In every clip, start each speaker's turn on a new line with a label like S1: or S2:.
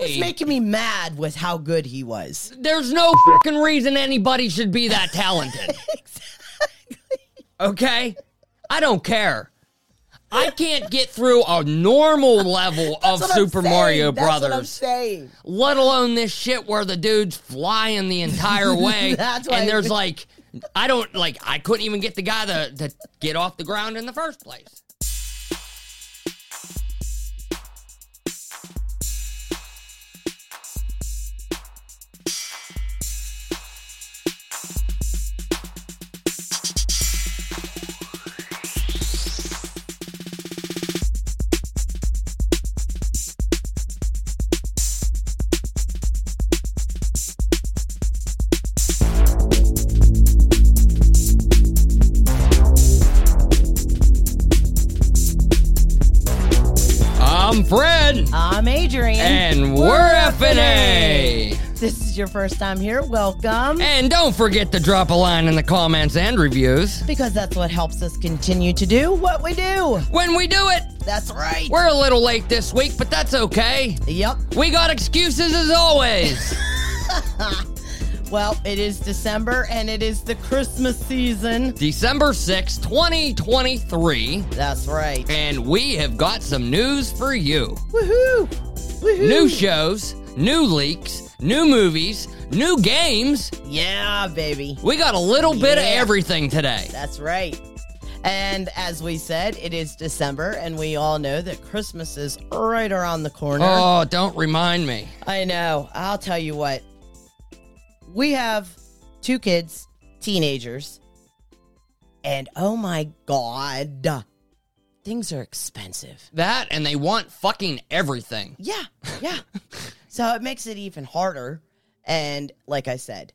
S1: was making me mad with how good he was.
S2: There's no fucking reason anybody should be that talented. Okay? I don't care. I can't get through a normal level of
S1: That's what I'm
S2: Super
S1: saying.
S2: Mario
S1: That's what I'm
S2: Brothers,
S1: saying.
S2: let alone this shit where the dude's flying the entire way.
S1: That's why-
S2: and there's like, I don't, like, I couldn't even get the guy to, to get off the ground in the first place. I'm Fred,
S1: I'm Adrian.
S2: and we're FNA.
S1: If This is your first time here. Welcome.
S2: And don't forget to drop a line in the comments and reviews.
S1: because that's what helps us continue to do what we do.
S2: When we do it,
S1: That's right.
S2: we're a little late this week, but that's okay.
S1: yep.
S2: We got excuses as always.
S1: Well, it is December and it is the Christmas season.
S2: December sixth, 2023,
S1: That's right.
S2: and we have got some news for you.
S1: Woohoo! Woohoo!
S2: New shows, new leaks, new movies, new games.
S1: yeah, baby.
S2: We got a little bit of
S1: Yeah.
S2: everything today.
S1: That's right. And as we said, it is December, and we all know that Christmas is right around the corner.
S2: Oh, don't remind me.
S1: I know. I'll tell you what. We have two kids, teenagers, and oh my God, things are expensive.
S2: That and they want fucking everything.
S1: Yeah, yeah. so it makes it even harder. And like I said,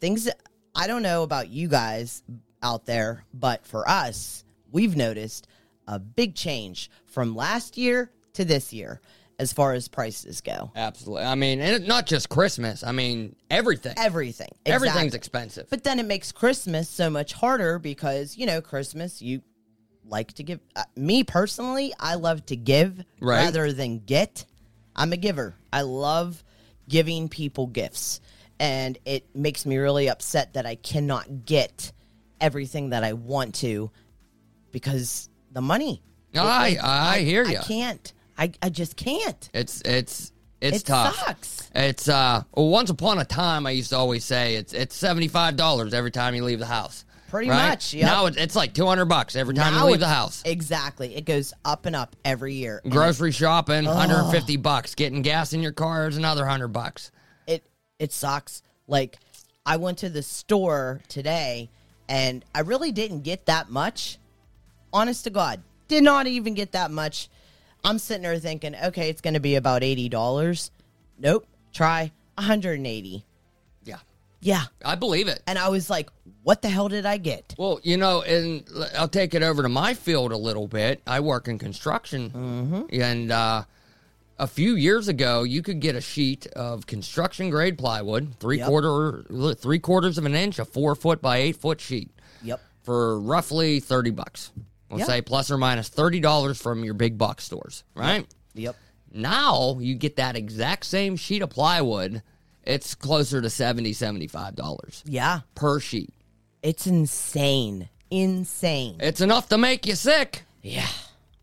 S1: things I don't know about you guys out there, but for us, we've noticed a big change from last year to this year as far as prices go.
S2: Absolutely. I mean, and it- not just Christmas. I mean, everything.
S1: Everything.
S2: Everything's
S1: Exactly.
S2: expensive.
S1: But then it makes Christmas so much harder because, you know, Christmas, you like to give. Uh, me personally, I love to give
S2: Right.
S1: rather than get. I'm a giver. I love giving people gifts. And it makes me really upset that I cannot get everything that I want to because the money.
S2: I I hear you.
S1: I can't. I, I just can't.
S2: It's it's it's
S1: It
S2: tough.
S1: sucks.
S2: It's uh well, once upon a time I used to always say it's it's seventy five dollars every time you leave the house.
S1: Pretty
S2: right?
S1: much, yep.
S2: Now it's, it's like two hundred bucks every time
S1: Now
S2: you leave
S1: it-
S2: the house.
S1: Exactly. It goes up and up every year. And
S2: Grocery shopping, hundred and fifty bucks. Getting gas in your car is another hundred bucks.
S1: it it sucks. Like I went to the store today and I really didn't get that much. Honest to God, did not even get that much. I'm sitting there thinking, okay, it's going to be about eighty dollars. Nope. Try 180.
S2: Yeah,
S1: Yeah.
S2: I believe it.
S1: And I was like, what the hell did I get?
S2: Well, you know, and l- I'll take it over to my field a little bit. I work in construction,
S1: Mm-hmm.
S2: and uh, a few years ago, you could get a sheet of construction grade plywood, three
S1: Yep.
S2: quarter, three quarters of an inch, a four foot by eight foot sheet,
S1: Yep.
S2: for roughly thirty bucks. We'll
S1: Yeah.
S2: say plus or minus thirty dollars from your big box stores, right?
S1: Yep.
S2: Now you get that exact same sheet of plywood. It's closer to 70 dollars
S1: Yeah.
S2: per sheet.
S1: It's insane. Insane.
S2: It's enough to make you sick.
S1: Yeah.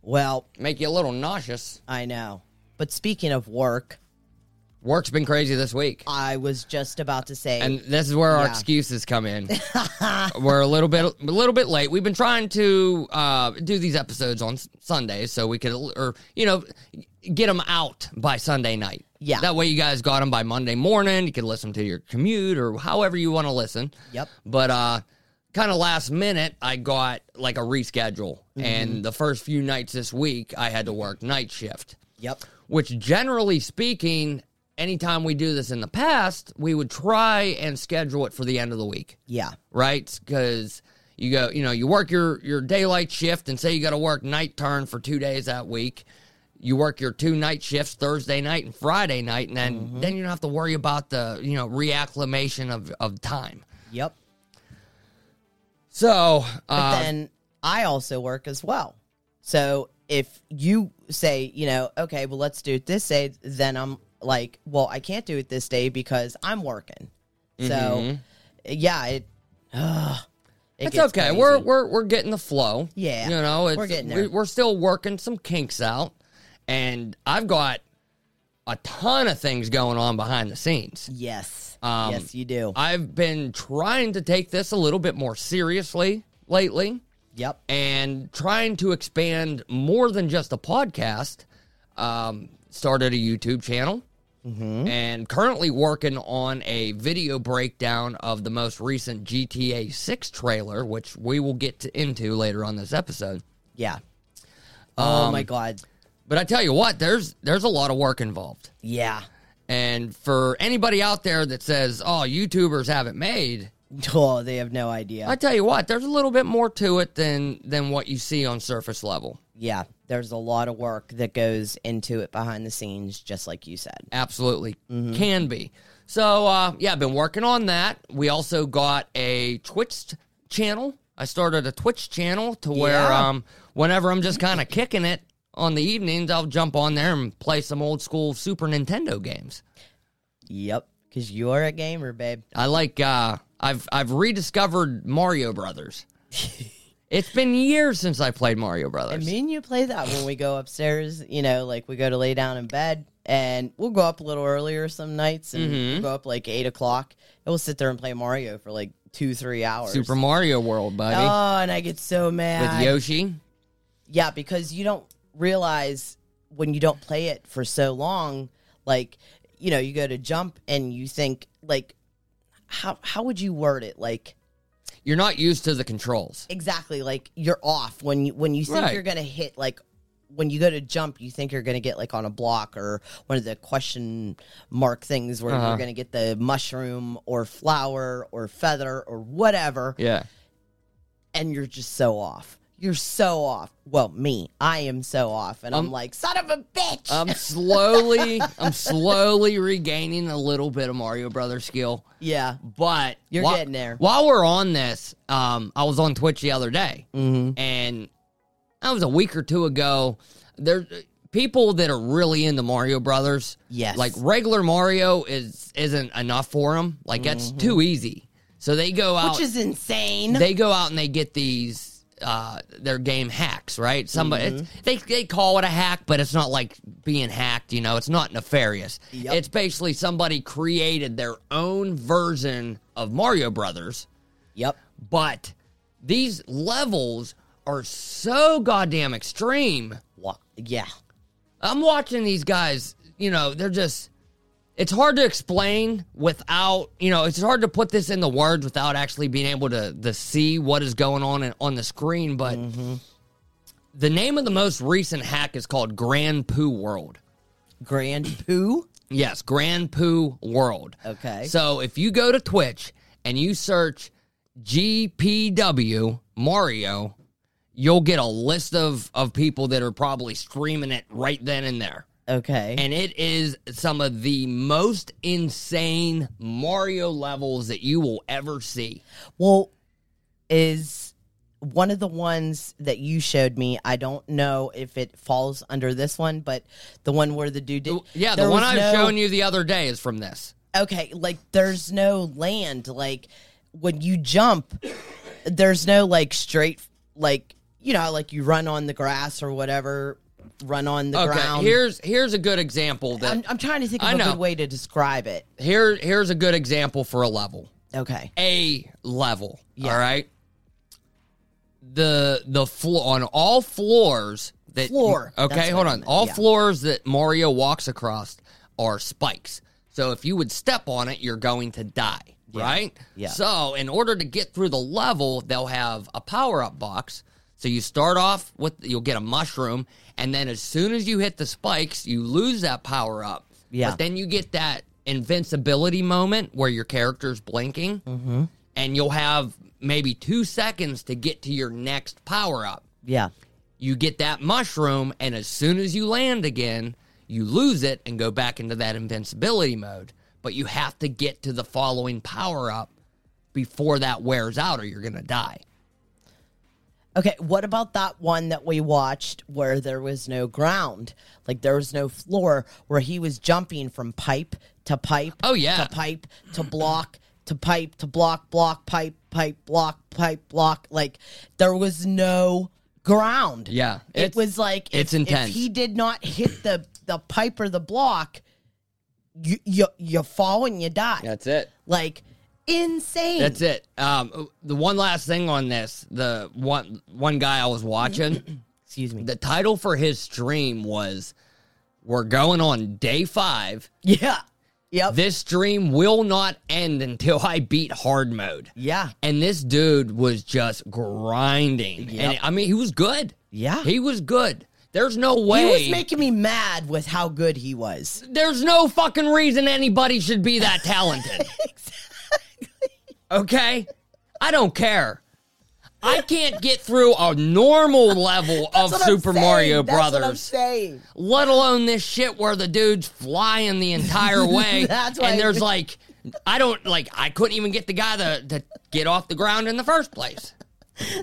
S1: Well,
S2: make you a little nauseous.
S1: I know. But speaking of work,
S2: Work's been crazy this week.
S1: I was just about to say
S2: And this is where our
S1: Yeah.
S2: excuses come in. We're a little bit a little bit late. We've been trying to uh, do these episodes on S- Sundays so we could or you know get them out by Sunday night.
S1: Yeah.
S2: That way you guys got them by Monday morning. You could listen to your commute or however you want to listen.
S1: Yep.
S2: But uh kind of last minute I got like a reschedule
S1: Mm-hmm.
S2: and the first few nights this week I had to work night shift.
S1: Yep.
S2: which generally speaking, anytime we do this in the past, we would try and schedule it for the end of the week,
S1: Yeah.
S2: right? Because you go, you know, you work your your daylight shift, and say you got to work night turn for two days that week. You work your two night shifts, Thursday night and Friday night, and then then you don't have to worry about the you know reacclimation of of time.
S1: Yep.
S2: So
S1: But
S2: uh,
S1: then I also work as well. So if you say, you know, okay, well, let's do it this day, then I'm like, well, I can't do it this day because I'm working. So,
S2: Mm-hmm.
S1: yeah, it. ugh, it
S2: It's
S1: gets
S2: okay.
S1: crazy.
S2: We're we're we're getting the flow.
S1: Yeah.
S2: you know, it's, we're
S1: getting
S2: We,
S1: there.
S2: we're still working some kinks out, and I've got a ton of things going on behind the scenes.
S1: yes,
S2: Um,
S1: yes, you do.
S2: I've been trying to take this a little bit more seriously lately,
S1: yep.
S2: and trying to expand more than just a podcast. Um, started a YouTube channel. And currently working on a video breakdown of the most recent GTA 6 trailer, which we will get to, into later on this episode.
S1: Yeah. Oh
S2: Um,
S1: my god.
S2: But I tell you what, there's there's a lot of work involved.
S1: Yeah.
S2: And for anybody out there that says, "Oh, YouTubers haven't made,"
S1: Oh, they have no idea.
S2: I tell you what, there's a little bit more to it than than what you see on surface level.
S1: yeah, there's a lot of work that goes into it behind the scenes, just like you said.
S2: Absolutely
S1: Mm-hmm.
S2: can be. So uh, yeah, I've been working on that. We also got a Twitch channel. I started a Twitch channel to where
S1: Yeah.
S2: um, whenever I'm just kind of kicking it on the evenings, I'll jump on there and play some old school Super Nintendo games.
S1: Yep, because you are a gamer, babe.
S2: I like uh I've I've rediscovered Mario Brothers. it's been years since I played Mario Brothers.
S1: And me and you play that when we go upstairs. You know, like we go to lay down in bed, and we'll go up a little earlier some nights, and we'll
S2: Mm-hmm.
S1: go up like eight o'clock, and we'll sit there and play Mario for like two, three hours.
S2: Super Mario World, buddy.
S1: Oh, and I get so mad.
S2: with Yoshi.
S1: Yeah, because you don't realize when you don't play it for so long, like, you know, you go to jump and you think like how how would you word it? Like
S2: You're not used to the controls.
S1: exactly, like you're off when you when you think
S2: Right.
S1: you're gonna hit like when you go to jump, you think you're gonna get like on a block or one of the question mark things where
S2: Uh-huh.
S1: you're gonna get the mushroom or flower or feather or whatever.
S2: Yeah.
S1: and you're just so off. You're so off. Well, me, I am so off,
S2: Um,
S1: and I'm like, son of a bitch.
S2: I'm slowly I'm slowly regaining a little bit of Mario Brothers skill.
S1: yeah,
S2: But
S1: You're
S2: whi-
S1: getting there.
S2: While we're on this, um, I was on Twitch the other day,
S1: Mm-hmm.
S2: and that was a week or two ago. There, people that are really into Mario Brothers,
S1: Yes.
S2: like regular Mario is isn't enough for them. Like that's too easy. So they go out
S1: Mm-hmm. which is insane.
S2: they go out and they get these uh their game hacks right somebody it's, they they call it a hack but it's not like being hacked you know it's not nefarious
S1: Yep.
S2: it's basically somebody created their own version of mario brothers
S1: yep.
S2: but these levels are so goddamn extreme
S1: Wa- Yeah.
S2: i'm watching these guys you know they're just it's hard to explain without you know it's hard to put this into words without actually being able to to see what is going on in, on the screen but the name of the most recent hack is called grand poo world
S1: Grand poo.
S2: yes grand poo world
S1: Okay.
S2: so if you go to twitch and you search gpw mario you'll get a list of of people that are probably streaming it right then and there
S1: Okay.
S2: and it is some of the most insane Mario levels that you will ever see.
S1: well, is one of the ones that you showed me. I don't know if it falls under this one, but the one where the dude did.
S2: Yeah,
S1: there
S2: the one
S1: was
S2: I
S1: no-
S2: was showing you the other day is from this.
S1: okay like there's no land like when you jump there's no like straight like you know how, like you run on the grass or whatever run on the
S2: Okay,
S1: ground
S2: here's here's a good example that
S1: I'm, I'm trying to think
S2: I
S1: of a
S2: know.
S1: good way to describe it
S2: here here's a good example for a level.
S1: okay
S2: A level.
S1: Yeah.
S2: All right. The the floor on all floors that
S1: Floor,
S2: Okay,
S1: that's
S2: hold
S1: what I
S2: on.
S1: meant,
S2: All
S1: yeah.
S2: floors that Mario walks across are spikes. So if you would step on it, you're going to die. Right?
S1: yeah.
S2: So in order to get through the level, they'll have a power up box. So you start off with you'll get a mushroom, and then as soon as you hit the spikes, you lose that power up.
S1: Yeah.
S2: But then you get that invincibility moment where your character's blinking,
S1: Mm-hmm.
S2: and you'll have maybe two seconds to get to your next power up.
S1: yeah
S2: You get that mushroom, and as soon as you land again, you lose it and go back into that invincibility mode. But you have to get to the following power up before that wears out, or you're going to die.
S1: Okay, what about that one that we watched where there was no ground? Like there was no floor where he was jumping from pipe to pipe.
S2: Oh, yeah.
S1: To pipe to block to pipe to block, block, pipe, pipe, block, pipe, block. Like there was no ground.
S2: Yeah,
S1: It
S2: it's-
S1: was like if-
S2: it's intense.
S1: If he did not hit the the pipe or the block, you you you fall and you die.
S2: That's it.
S1: Like insane.
S2: That's it. Um, the one last thing on this, the one one guy I was watching,
S1: Excuse me.
S2: the title for his stream was "We're going on day five.
S1: yeah. Yep.
S2: This stream will not end until I beat hard mode."
S1: yeah.
S2: And this dude was just grinding, and I mean, he was good.
S1: Yeah.
S2: he was good. There's no way
S1: He was making me mad with how good he was.
S2: there's no fucking reason anybody should be that talented. exactly. Okay? I don't care. I can't get through a normal level of
S1: That's what I'm
S2: Super
S1: saying.
S2: Mario
S1: That's what I'm
S2: Brothers,
S1: saying.
S2: let alone this shit where the dude's flying the entire way.
S1: That's why-
S2: and there's like, I don't, like, I couldn't even get the guy to, to get off the ground in the first place.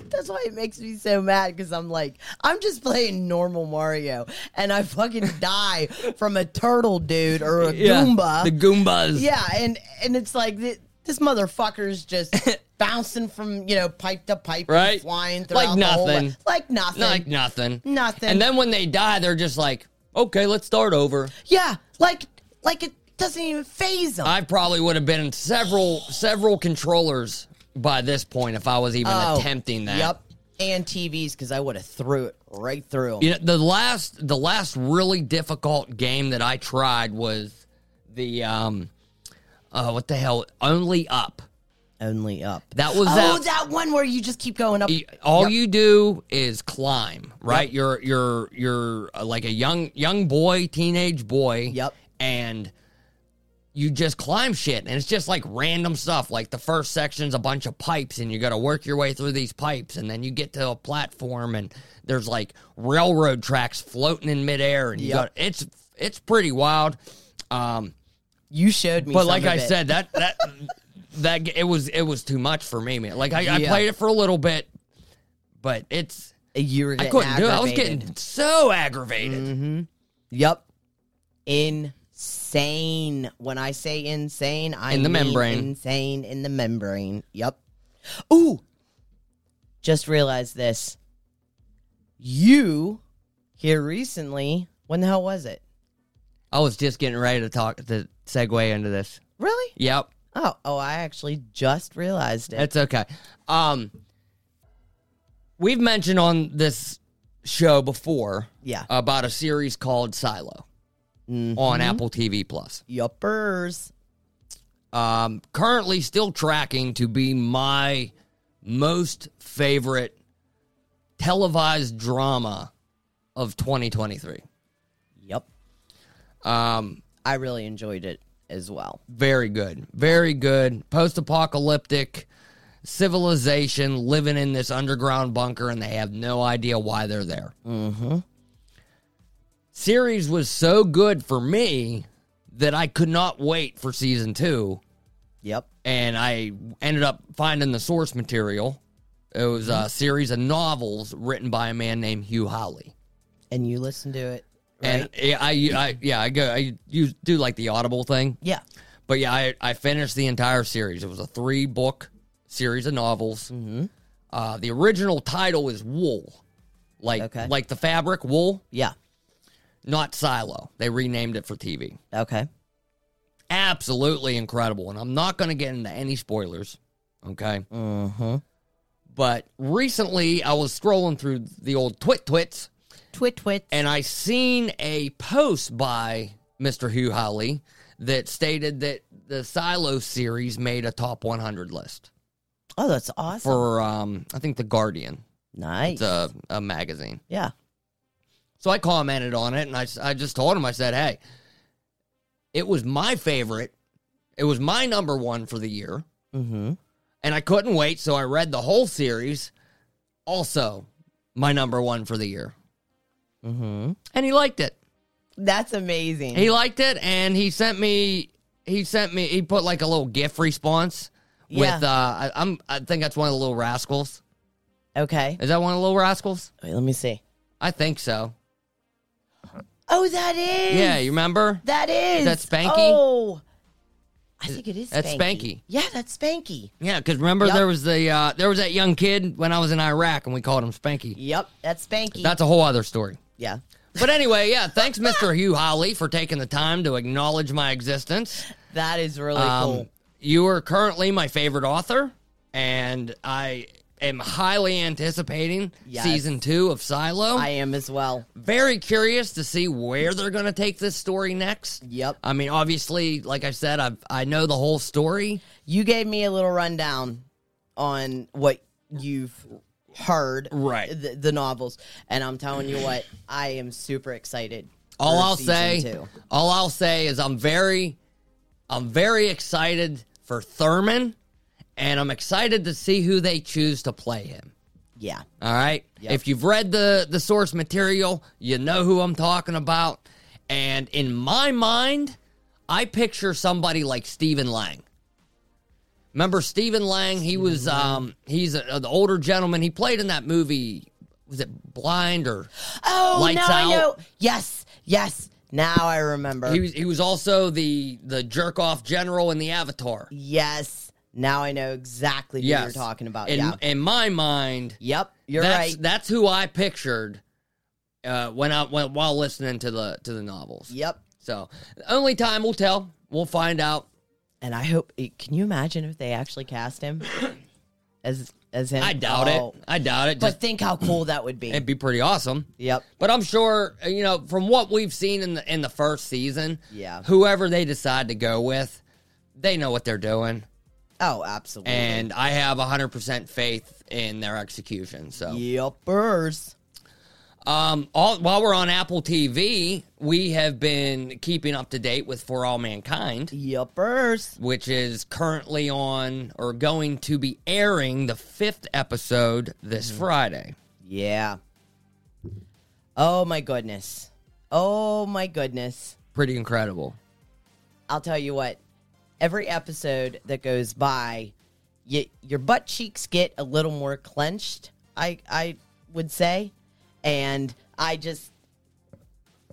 S1: That's why it makes me so mad because I'm like, I'm just playing normal Mario and I fucking die from a turtle dude or a Goomba.
S2: The Goombas.
S1: yeah, and and it's like th- this motherfucker's just bouncing from you know pipe to pipe, and
S2: Right.
S1: Flying
S2: Like
S1: throughout the whole
S2: nothing.
S1: way. like nothing,
S2: Like nothing.
S1: Nothing.
S2: And then when they die, they're just like, okay, let's start over.
S1: yeah, like like it doesn't even phase him.
S2: I probably would have been several several controllers by this point if I was even
S1: Oh,
S2: attempting that.
S1: Yep, and TVs because I would have threw it right through him.
S2: You know, the last the last really difficult game that I tried was the um uh what the hell only up.
S1: Only up.
S2: That was
S1: oh,
S2: that-
S1: that, one where you just keep going up.
S2: Y- All you do is climb, right? You're you're you're uh, like a young young boy, teenage boy.
S1: Yep.
S2: And you just climb shit, and it's just like random stuff. Like the first section's a bunch of pipes, and you got to work your way through these pipes, and then you get to a platform, and there's like railroad tracks floating in midair, and you
S1: Yep.
S2: got it's it's pretty wild. Um,
S1: You showed me.
S2: but
S1: some
S2: like
S1: of
S2: I
S1: it.
S2: said, that that that g- it was it was too much for me, man. Like I, I
S1: Yeah.
S2: played it for a little bit, but it's
S1: you were
S2: I
S1: getting
S2: couldn't do it. I was
S1: aggravated. Mm-hmm.
S2: getting Mm. so aggravated.
S1: Yep. Insane. When I say insane, I
S2: In the
S1: mean
S2: membrane.
S1: Insane in the membrane. Yep. Ooh. Just realized this. You here recently. When the hell was it?
S2: I was just getting ready to talk to segue into this.
S1: Really?
S2: Yep,
S1: Oh, oh, I actually just realized it.
S2: it's okay. Um, we've mentioned on this show before,
S1: Yeah.
S2: about a series called Silo on Apple TV Plus.
S1: Yuppers.
S2: um, currently still tracking to be my most favorite televised drama of 2023.
S1: Yep.
S2: Um,
S1: I really enjoyed it as well.
S2: very good, very good. Post apocalyptic civilization living in this underground bunker, and they have no idea why they're there. Mm-hmm. Series was so good for me that I could not wait for season two.
S1: Yep.
S2: and I ended up finding the source material. It was a series of novels written by a man named Hugh Howley.
S1: And you listened to it, right?
S2: And I, I, yeah, I go, I you do like the Audible thing,
S1: yeah.
S2: but yeah, I, I finished the entire series. It was a three book series of novels. Mm-hmm. Uh, the original title is Wool, like
S1: Okay.
S2: like the fabric wool,
S1: Yeah.
S2: not Silo. They renamed it for TV.
S1: Okay.
S2: absolutely incredible. And I'm not going to get into any spoilers, okay? Mm-hmm. But recently, I was scrolling through the old Twit Twits,
S1: Twit twit.
S2: and I seen a post by Mr. Hugh Holly that stated that the Silo series made a top 100 list
S1: Oh, that's awesome.
S2: for, um, I think, The Guardian,
S1: nice.
S2: it's a, a magazine.
S1: yeah.
S2: So I commented on it and I, s- I just told him, I said, hey, it was my favorite. It was my number one for the year.
S1: Mm-hmm.
S2: and I couldn't wait, so I read the whole series. Also, my number one for the year,
S1: Mm-hmm.
S2: and he liked it.
S1: That's amazing.
S2: He liked it, and he sent me. He sent me. He put like a little GIF response with.
S1: Yeah.
S2: Uh, I, I'm. I think that's one of the little rascals.
S1: Okay.
S2: Is that one of the Little Rascals?
S1: Wait, let me see.
S2: I think so.
S1: Oh, that is.
S2: Yeah, you remember?
S1: That is.
S2: that Spanky?
S1: Oh. I think it is
S2: That's
S1: Spanky.
S2: Spanky.
S1: Yeah, that's Spanky.
S2: Yeah, because remember
S1: Yup.
S2: there was the uh, there was that young kid when I was in Iraq and we called him Spanky.
S1: Yep, that's Spanky.
S2: That's a whole other story.
S1: yeah.
S2: But anyway, yeah, thanks, Mr. Hugh Holly, for taking the time to acknowledge my existence.
S1: That is really cool.
S2: Um, you are currently my favorite author, and I am highly anticipating
S1: Yes.
S2: season two of Silo.
S1: I am as well.
S2: Very curious to see where they're going to take this story next.
S1: Yep.
S2: I mean, obviously, like I said, I I know the whole story.
S1: You gave me a little rundown on what you've heard
S2: Right.
S1: the, the novels and I'm telling you what, I am super excited.
S2: All
S1: for
S2: I'll
S1: season
S2: say,
S1: two.
S2: all I'll say is I'm very, I'm very excited for Thurman, and I'm excited to see who they choose to play him.
S1: Yeah.
S2: All right. If you've read the the source material, you know who I'm talking about. And in my mind, I picture somebody like Stephen Lang. Remember Stephen Lang? He was um he's a, the older gentleman. He played in that movie. Was it Blind or
S1: Oh,
S2: Lights
S1: now I
S2: Out.
S1: know. Yes. Yes. Now I remember.
S2: he was he was also the the jerk off general in the Avatar.
S1: yes. Now I know exactly who
S2: Yes.
S1: you're talking about.
S2: In,
S1: yeah.
S2: in my mind,
S1: Yep, you're
S2: that's
S1: right.
S2: that's who I pictured uh, when I when, while listening to the to the novels.
S1: Yep.
S2: So only time will tell. We'll find out.
S1: And I hope. eh, Can you imagine if they actually cast him as as him?
S2: I doubt
S1: Oh,
S2: it. I doubt it.
S1: But
S2: Just,
S1: think how cool that would be.
S2: it'd be pretty awesome.
S1: Yep.
S2: But I'm sure uh, you know from what we've seen in the in the first season.
S1: Yeah.
S2: Whoever they decide to go with, they know what they're doing,
S1: Oh, absolutely.
S2: and I have 100 percent faith in their execution.
S1: Oh.
S2: So
S1: Yepers.
S2: Um, all, while we're on Apple TV, we have been keeping up to date with For All Mankind,
S1: Yepers.
S2: which is currently on or going to be airing the fifth episode this Friday.
S1: Yeah. Oh my goodness. Oh my goodness.
S2: Pretty incredible.
S1: I'll tell you what. Every episode that goes by, you, your butt cheeks get a little more clenched. I I would say, and I just.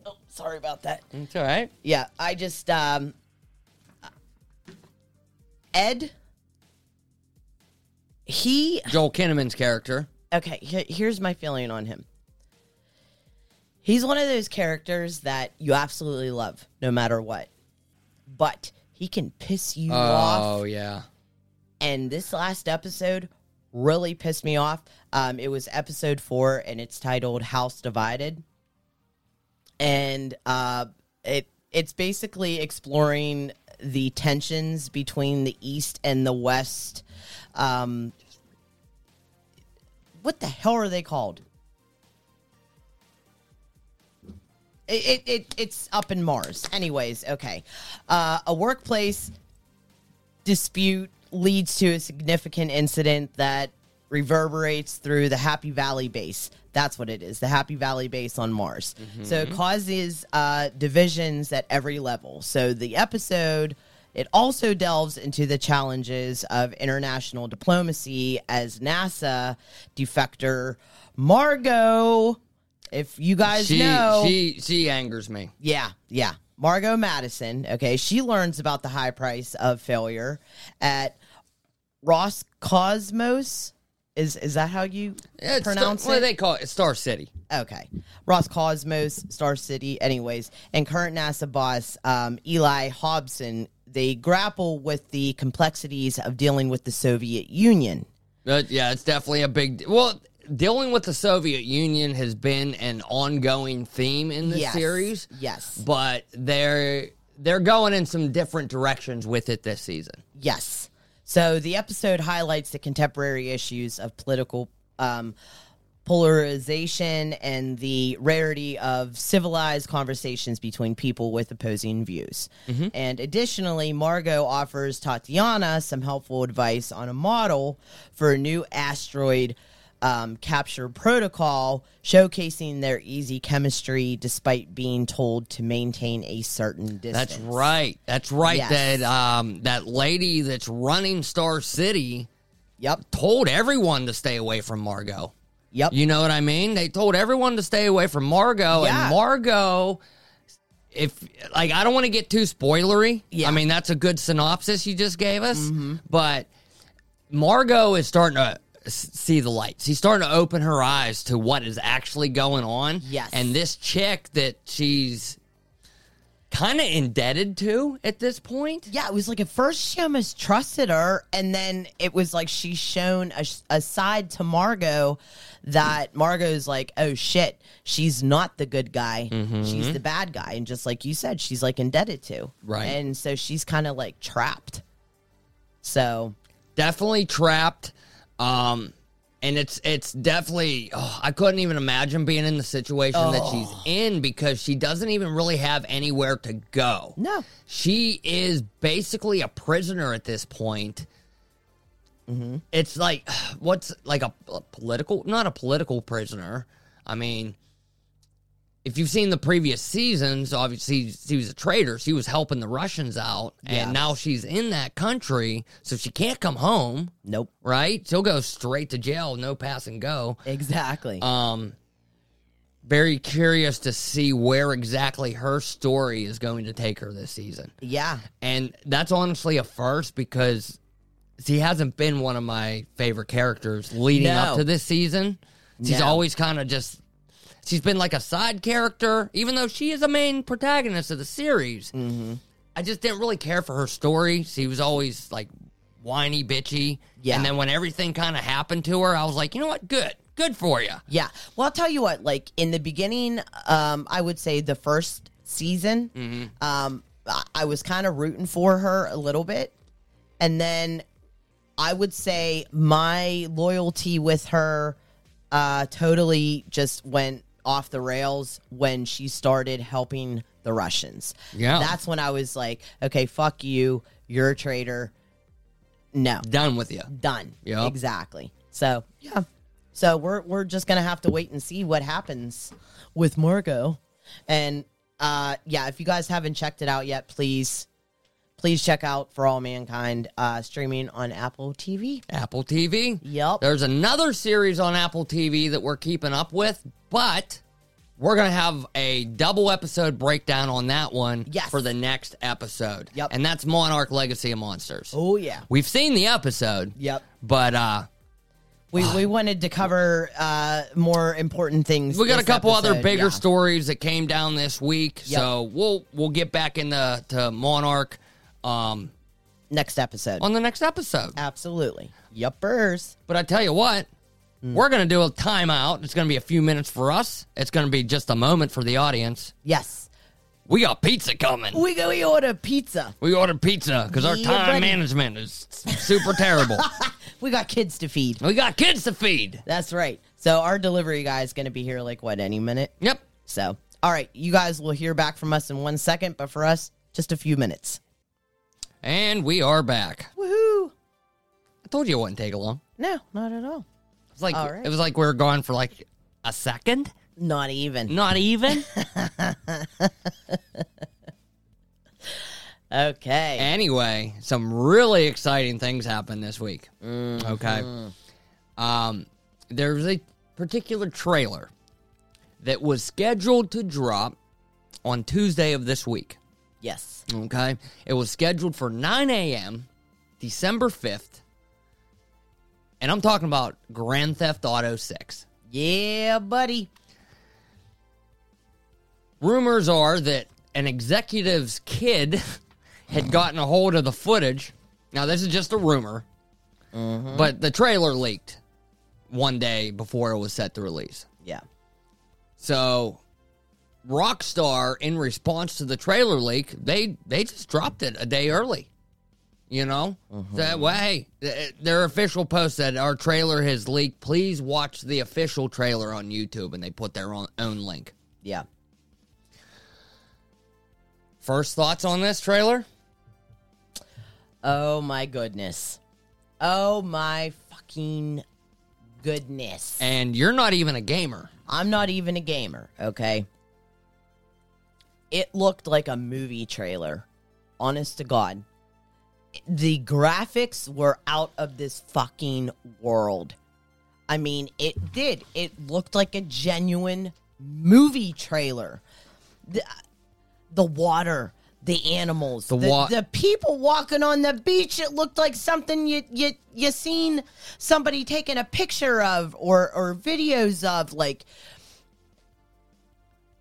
S1: Oh, sorry about that.
S2: It's all right.
S1: Yeah, I just um Ed he
S2: Joel Kinnaman's character.
S1: okay, he- here's my feeling on him. He's one of those characters that you absolutely love no matter what. But he can piss you
S2: Oh
S1: off
S2: yeah.
S1: and this last episode really pissed me off. Um, it was episode four, and it's titled "House Divided," and uh, it it's basically exploring the tensions between the East and the West. Um, what the hell are they called? It, it, it it's up in Mars. Anyways, okay, uh, a workplace dispute leads to a significant incident that reverberates through the Happy Valley base. That's what it is, the Happy Valley base on Mars. So
S2: Mm-hmm.
S1: it causes uh, divisions at every level. So the episode. It also delves into the challenges of international diplomacy as NASA defector Margot. If you guys
S2: She
S1: know,
S2: she she angers me.
S1: yeah, yeah. Margot Madison, okay, she learns about the high price of failure at Ross Cosmos. Is is that how you
S2: It's
S1: pronounce
S2: Star- What do
S1: it?
S2: they call it? It's Star City.
S1: okay. Ross Cosmos, Star City, anyways, and current NASA boss um, Eli Hobson, they grapple with the complexities of dealing with the Soviet Union.
S2: But yeah, it's definitely a big. Well, dealing with the Soviet Union has been an ongoing theme in this
S1: Yes,
S2: series.
S1: yes.
S2: but they're they're going in some different directions with it this season.
S1: Yes. So the episode highlights the contemporary issues of political um, polarization and the rarity of civilized conversations between people with opposing views. And additionally, Margot offers Tatiana some helpful advice on a model for a new asteroid. Um, capture protocol showcasing their easy chemistry despite being told to maintain a certain distance.
S2: That's right. That's right.
S1: Yes.
S2: That um that lady that's running Star City
S1: Yep.
S2: told everyone to stay away from Margot.
S1: Yep.
S2: You know what I mean? They told everyone to stay away from Margot,
S1: Yeah.
S2: and Margot. If like, I don't want to get too spoilery.
S1: Yeah. Mm-hmm.
S2: I mean, that's a good synopsis you just gave us, but Margot is starting to s- see the lights. She's starting to open her eyes to what is actually going on.
S1: Yes.
S2: and this chick that she's kind of indebted to at this point.
S1: yeah, it was like at first she almost trusted her, and then it was like she's shown a, a side to Margot that Margot's like, oh shit, she's not the good guy,
S2: Mm-hmm.
S1: she's the bad guy, and just like you said, she's like indebted to,
S2: Right.
S1: And so she's kind of like trapped. So
S2: definitely trapped um and it's it's definitely oh, i couldn't even imagine being in the situation that she's in because she doesn't even really have anywhere to go
S1: No.
S2: she is basically a prisoner at this point it's like what's like a, a political not a political prisoner i mean if you've seen the previous seasons obviously she was a traitor she was helping the russians out
S1: Yes.
S2: and now she's in that country so she can't come home
S1: nope,
S2: right she'll go straight to jail no pass and go
S1: exactly.
S2: um very curious to see where exactly her story is going to take her this season
S1: yeah,
S2: and that's honestly a first because she hasn't been one of my favorite characters leading
S1: No.
S2: up to this season. She's
S1: No.
S2: always kind of just she's been like a side character, even though she is a main protagonist of the series. Mm-hmm. I just didn't really care for her story. She was always like whiny, bitchy,
S1: Yeah.
S2: And then when everything kind of happened to her, I was like, you know what? Good, good for you.
S1: Yeah. Well, I'll tell you what, like in the beginning, um, I would say the first season, um, I, I was kind of rooting for her a little bit. And then I would say my loyalty with her uh, totally just went off the rails when she started helping the Russians.
S2: Yeah.
S1: That's when I was like, okay, fuck you. You're a traitor. No
S2: Done with you.
S1: done.
S2: Yep.
S1: Exactly. So yeah. So we're we're just gonna have to wait and see what happens with Margot. And uh yeah, if you guys haven't checked it out yet, please please check out For All Mankind uh streaming on Apple TV.
S2: Apple TV.
S1: Yep.
S2: There's another series on Apple TV that we're keeping up with, but we're going to have a double episode breakdown on that one
S1: Yes.
S2: for the next episode.
S1: Yep.
S2: And that's Monarch Legacy of Monsters.
S1: Oh yeah.
S2: We've seen the episode.
S1: Yep.
S2: But uh
S1: We we wanted to cover uh more important things.
S2: we got a
S1: this
S2: couple other
S1: episode,
S2: bigger
S1: yeah.
S2: stories that came down this week.
S1: Yep.
S2: So we'll we'll get back into to Monarch um
S1: next episode.
S2: on the next episode.
S1: Absolutely. Yuppers.
S2: But I tell you what, we're going to do a timeout. It's going to be a few minutes for us. It's going to be just a moment for the audience.
S1: Yes.
S2: We got pizza coming.
S1: We go we order pizza.
S2: We ordered pizza because our
S1: Yeah,
S2: time
S1: buddy.
S2: management is super terrible.
S1: We got kids to feed.
S2: We got kids to feed.
S1: That's right. So our delivery guy is going to be here like what any minute.
S2: Yep.
S1: So all right, you guys will hear back from us in one second, but for us, just a few minutes.
S2: And we are back.
S1: Woohoo!
S2: I told you it wouldn't take long.
S1: No, not at all.
S2: It was like
S1: All right.
S2: it was like we were gone for like a second.
S1: Not even.
S2: Not even.
S1: Okay.
S2: anyway, some really exciting things happened this week. Okay. Um, there was a particular trailer that was scheduled to drop on Tuesday of this week.
S1: yes.
S2: Okay. It was scheduled for 9 a.m., December 5th. And I'm talking about Grand Theft Auto 6.
S1: Yeah, buddy.
S2: Rumors are that an executive's kid had gotten a hold of the footage. Now, this is just a rumor, but the trailer leaked one day before it was set to release.
S1: Yeah.
S2: So, Rockstar, in response to the trailer leak, they they just dropped it a day early. You know, that way th- their official post said our trailer has leaked. Please watch the official trailer on YouTube, and they put their own, own link.
S1: Yeah.
S2: First thoughts on this trailer?
S1: Oh my goodness. Oh my fucking goodness.
S2: And you're not even a gamer.
S1: I'm not even a gamer, okay? It looked like a movie trailer. Honest to God. the graphics were out of this fucking world. I mean, it did. It looked like a genuine movie trailer. The, the water, the animals, the,
S2: wa-
S1: the people walking on the beach. It looked like something you you you seen somebody taking a picture of or or videos of. Like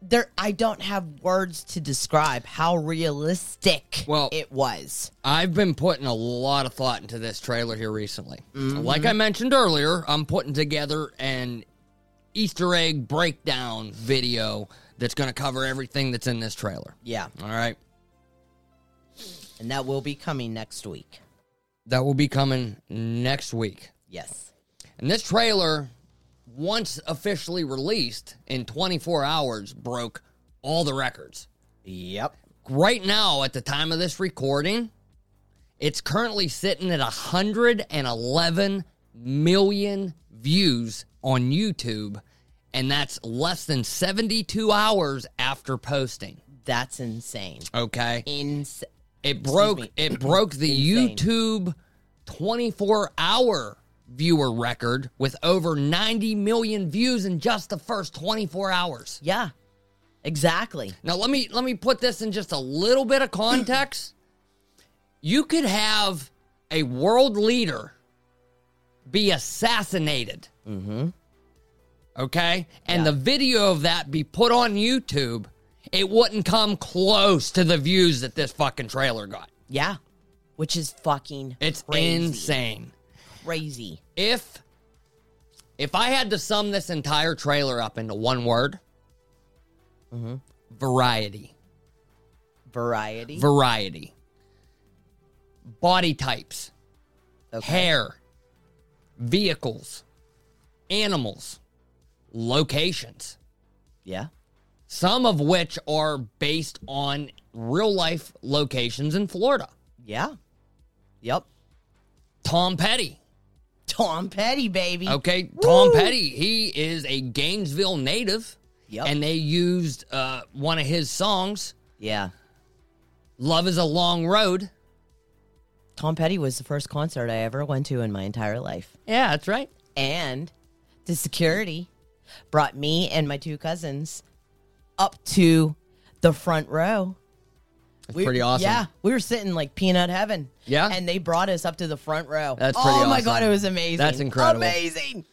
S1: there, I don't have words to describe how realistic
S2: Well-
S1: it was.
S2: I've been putting a lot of thought into this trailer here recently. Like I mentioned earlier, I'm putting together an Easter egg breakdown video that's going to cover everything that's in this trailer.
S1: Yeah,
S2: All right.
S1: and that will be coming next week.
S2: That will be coming next week.
S1: Yes.
S2: And this trailer, once officially released in 24 hours, broke all the records.
S1: Yep.
S2: Right now, at the time of this recording, it's currently sitting at 111 million views on YouTube, and that's less than 72 hours after posting.
S1: That's insane.
S2: Okay.
S1: Ins-
S2: It broke
S1: me.
S2: it broke the
S1: Insane.
S2: YouTube 24 hour viewer record with over 90 million views in just the first 24 hours.
S1: yeah. Exactly.
S2: Now let me let me put this in just a little bit of context. you could have a world leader be assassinated. Mm-hmm. Okay? And
S1: Yeah.
S2: the video of that be put on YouTube, it wouldn't come close to the views that this fucking trailer got.
S1: Yeah. Which is fucking
S2: It's
S1: crazy.
S2: insane.
S1: crazy.
S2: If if I had to sum this entire trailer up into one word,
S1: Mm-hmm.
S2: variety,
S1: Variety.
S2: variety, body types, hair, vehicles, animals, locations.
S1: yeah.
S2: Some of which are based on real life locations in Florida.
S1: Yeah. Yep.
S2: Tom Petty,
S1: Tom Petty, baby.
S2: Okay, Tom
S1: Woo!
S2: Petty, he is a Gainesville native,
S1: Yep.
S2: and they used uh, one of his songs,
S1: yeah.
S2: "Love Is a Long Road."
S1: Tom Petty was the first concert I ever went to in my entire life.
S2: Yeah, that's right.
S1: And the security brought me and my two cousins up to the front row.
S2: That's
S1: We-
S2: pretty awesome.
S1: Yeah, we were sitting like peanut heaven.
S2: Yeah.
S1: and they brought us up to the front row.
S2: That's
S1: oh
S2: pretty
S1: my
S2: awesome.
S1: god, it was amazing.
S2: That's incredible.
S1: Amazing.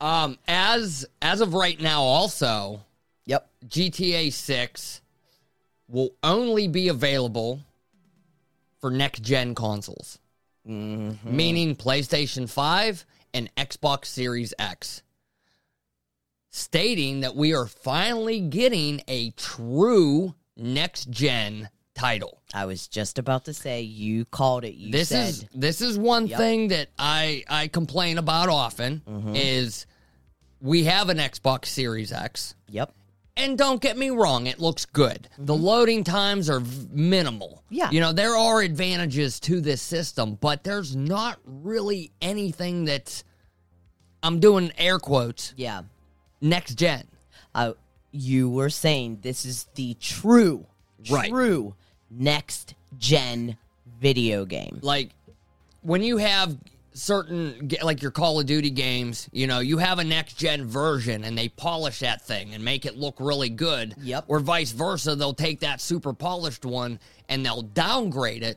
S2: Um, as as of right now, also
S1: Yep.
S2: GTA Six will only be available for next gen consoles, meaning PlayStation Five and Xbox Series X. stating that we are finally getting a true next gen title.
S1: I was just about to say you called it. You
S2: This
S1: said
S2: is this is one thing that I I complain about often is we have an Xbox Series X.
S1: yep.
S2: And don't get me wrong, it looks good. The loading times are v- minimal.
S1: Yeah.
S2: You know, there are advantages to this system, but there's not really anything that's I'm doing air quotes
S1: Yeah.
S2: next gen.
S1: I, you were saying this is the true,
S2: Right.
S1: true next gen video game.
S2: like when you have certain ge- like your call of duty games you know you have a next gen version and they polish that thing and make it look really good
S1: Yep.
S2: or vice versa they'll take that super polished one and they'll downgrade it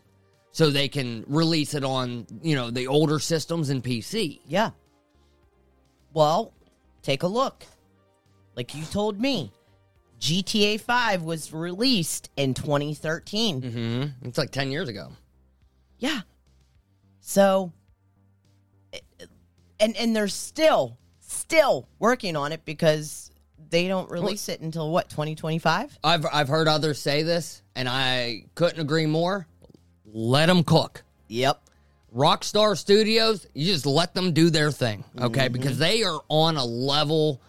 S2: so they can release it on you know the older systems and pc
S1: Yeah. Well, take a look. Like you told me, GTA 5 was released in 2013.
S2: hmm it's like 10 years ago
S1: Yeah. So it- and and they're still still working on it because they don't release it until what 2025?
S2: i've i've heard others say this and i couldn't agree more let them cook
S1: Yep.
S2: Rockstar Studios, you just let them do their thing, okay? Because they are on a level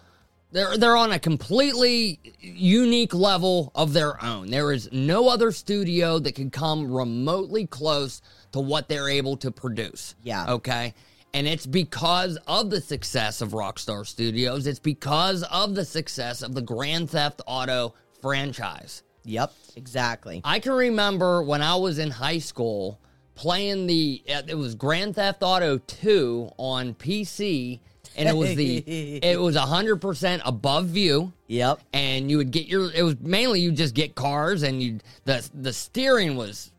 S2: they're they're on a completely unique level of their own. There is no other studio that can come remotely close to what they're able to produce.
S1: Yeah.
S2: Okay? And it's because of the success of Rockstar Studios. It's because of the success of the Grand Theft Auto franchise.
S1: Yep. Exactly.
S2: I can remember when I was in high school playing the uh, it was Grand Theft Auto 2 on PC and it was the it was 100% above view
S1: Yep.
S2: and you would get your it was mainly you just get cars and you the the steering was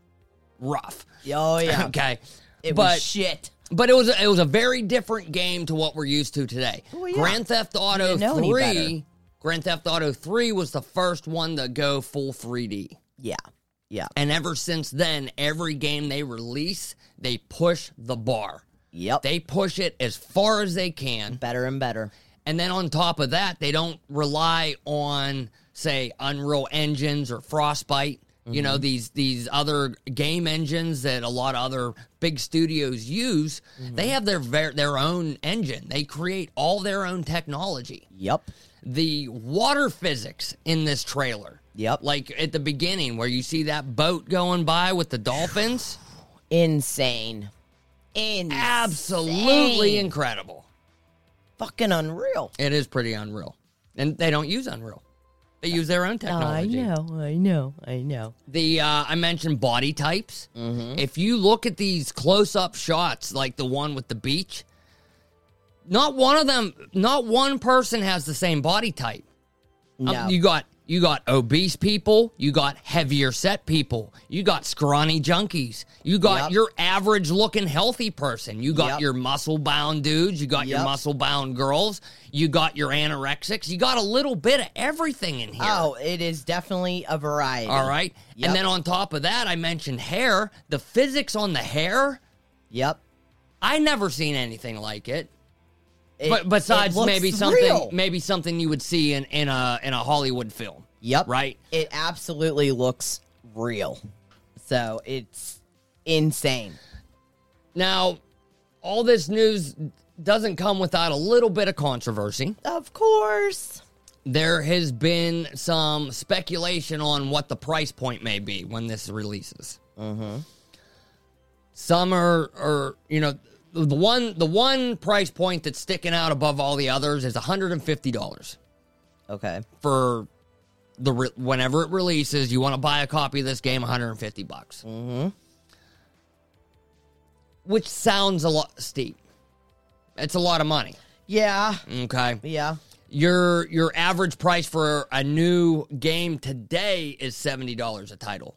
S2: rough.
S1: Oh yeah.
S2: Okay.
S1: It
S2: but
S1: was shit.
S2: but it was a, it was a very different game to what we're used to today.
S1: Well, yeah.
S2: Grand Theft Auto
S1: didn't know any better.
S2: 3 Grand Theft Auto 3 was the first one to go full 3D.
S1: Yeah. Yeah.
S2: And ever since then, every game they release, they push the bar.
S1: Yep.
S2: They push it as far as they can.
S1: better and better.
S2: And then on top of that, they don't rely on say Unreal engines or Frostbite, you know, these these other game engines that a lot of other big studios use. They have their ver- their own engine. They create all their own technology
S1: Yep.
S2: the water physics in this trailer.
S1: Yep.
S2: Like at the beginning where you see that boat going by with the dolphins.
S1: Insane. Insane.
S2: Absolutely incredible.
S1: fucking unreal.
S2: It is pretty unreal. And they don't use Unreal. They use their own technology.
S1: I know, I know.
S2: The uh, I mentioned body types.
S1: Mm-hmm.
S2: If you look at these close-up shots, like the one with the beach, not one of them, not one person has the same body type. Um,
S1: No.
S2: you got you got obese people, you got heavier set people, you got scrawny junkies, you
S1: Yep.
S2: got your average looking healthy person, you got
S1: Yep.
S2: your muscle bound dudes, you got your
S1: Yep.
S2: muscle bound girls, you got your anorexics, you got a little bit of everything in here.
S1: oh, it is definitely a variety.
S2: All right.
S1: Yep.
S2: And then on top of that, I mentioned hair. The physics on the hair,
S1: Yep.
S2: I never seen anything like it.
S1: It-
S2: but besides
S1: it looks
S2: maybe something
S1: real.
S2: maybe something you would see in, in a in a Hollywood film.
S1: Yep.
S2: Right?
S1: It absolutely looks real. So it's insane.
S2: Now, all this news doesn't come without a little bit of controversy.
S1: Of course.
S2: There has been some speculation on what the price point may be when this releases. Mm-hmm. Some are, are, you know, the one the one price point that's sticking out above all the others is one hundred and fifty dollars
S1: Okay.
S2: for the re- whenever it releases. You want to buy a copy of this game, one hundred and fifty bucks, mm-hmm. which sounds a lot steep. It's a lot of money.
S1: Yeah.
S2: Okay.
S1: Yeah.
S2: Your your average price for a new game today is seventy dollars a title.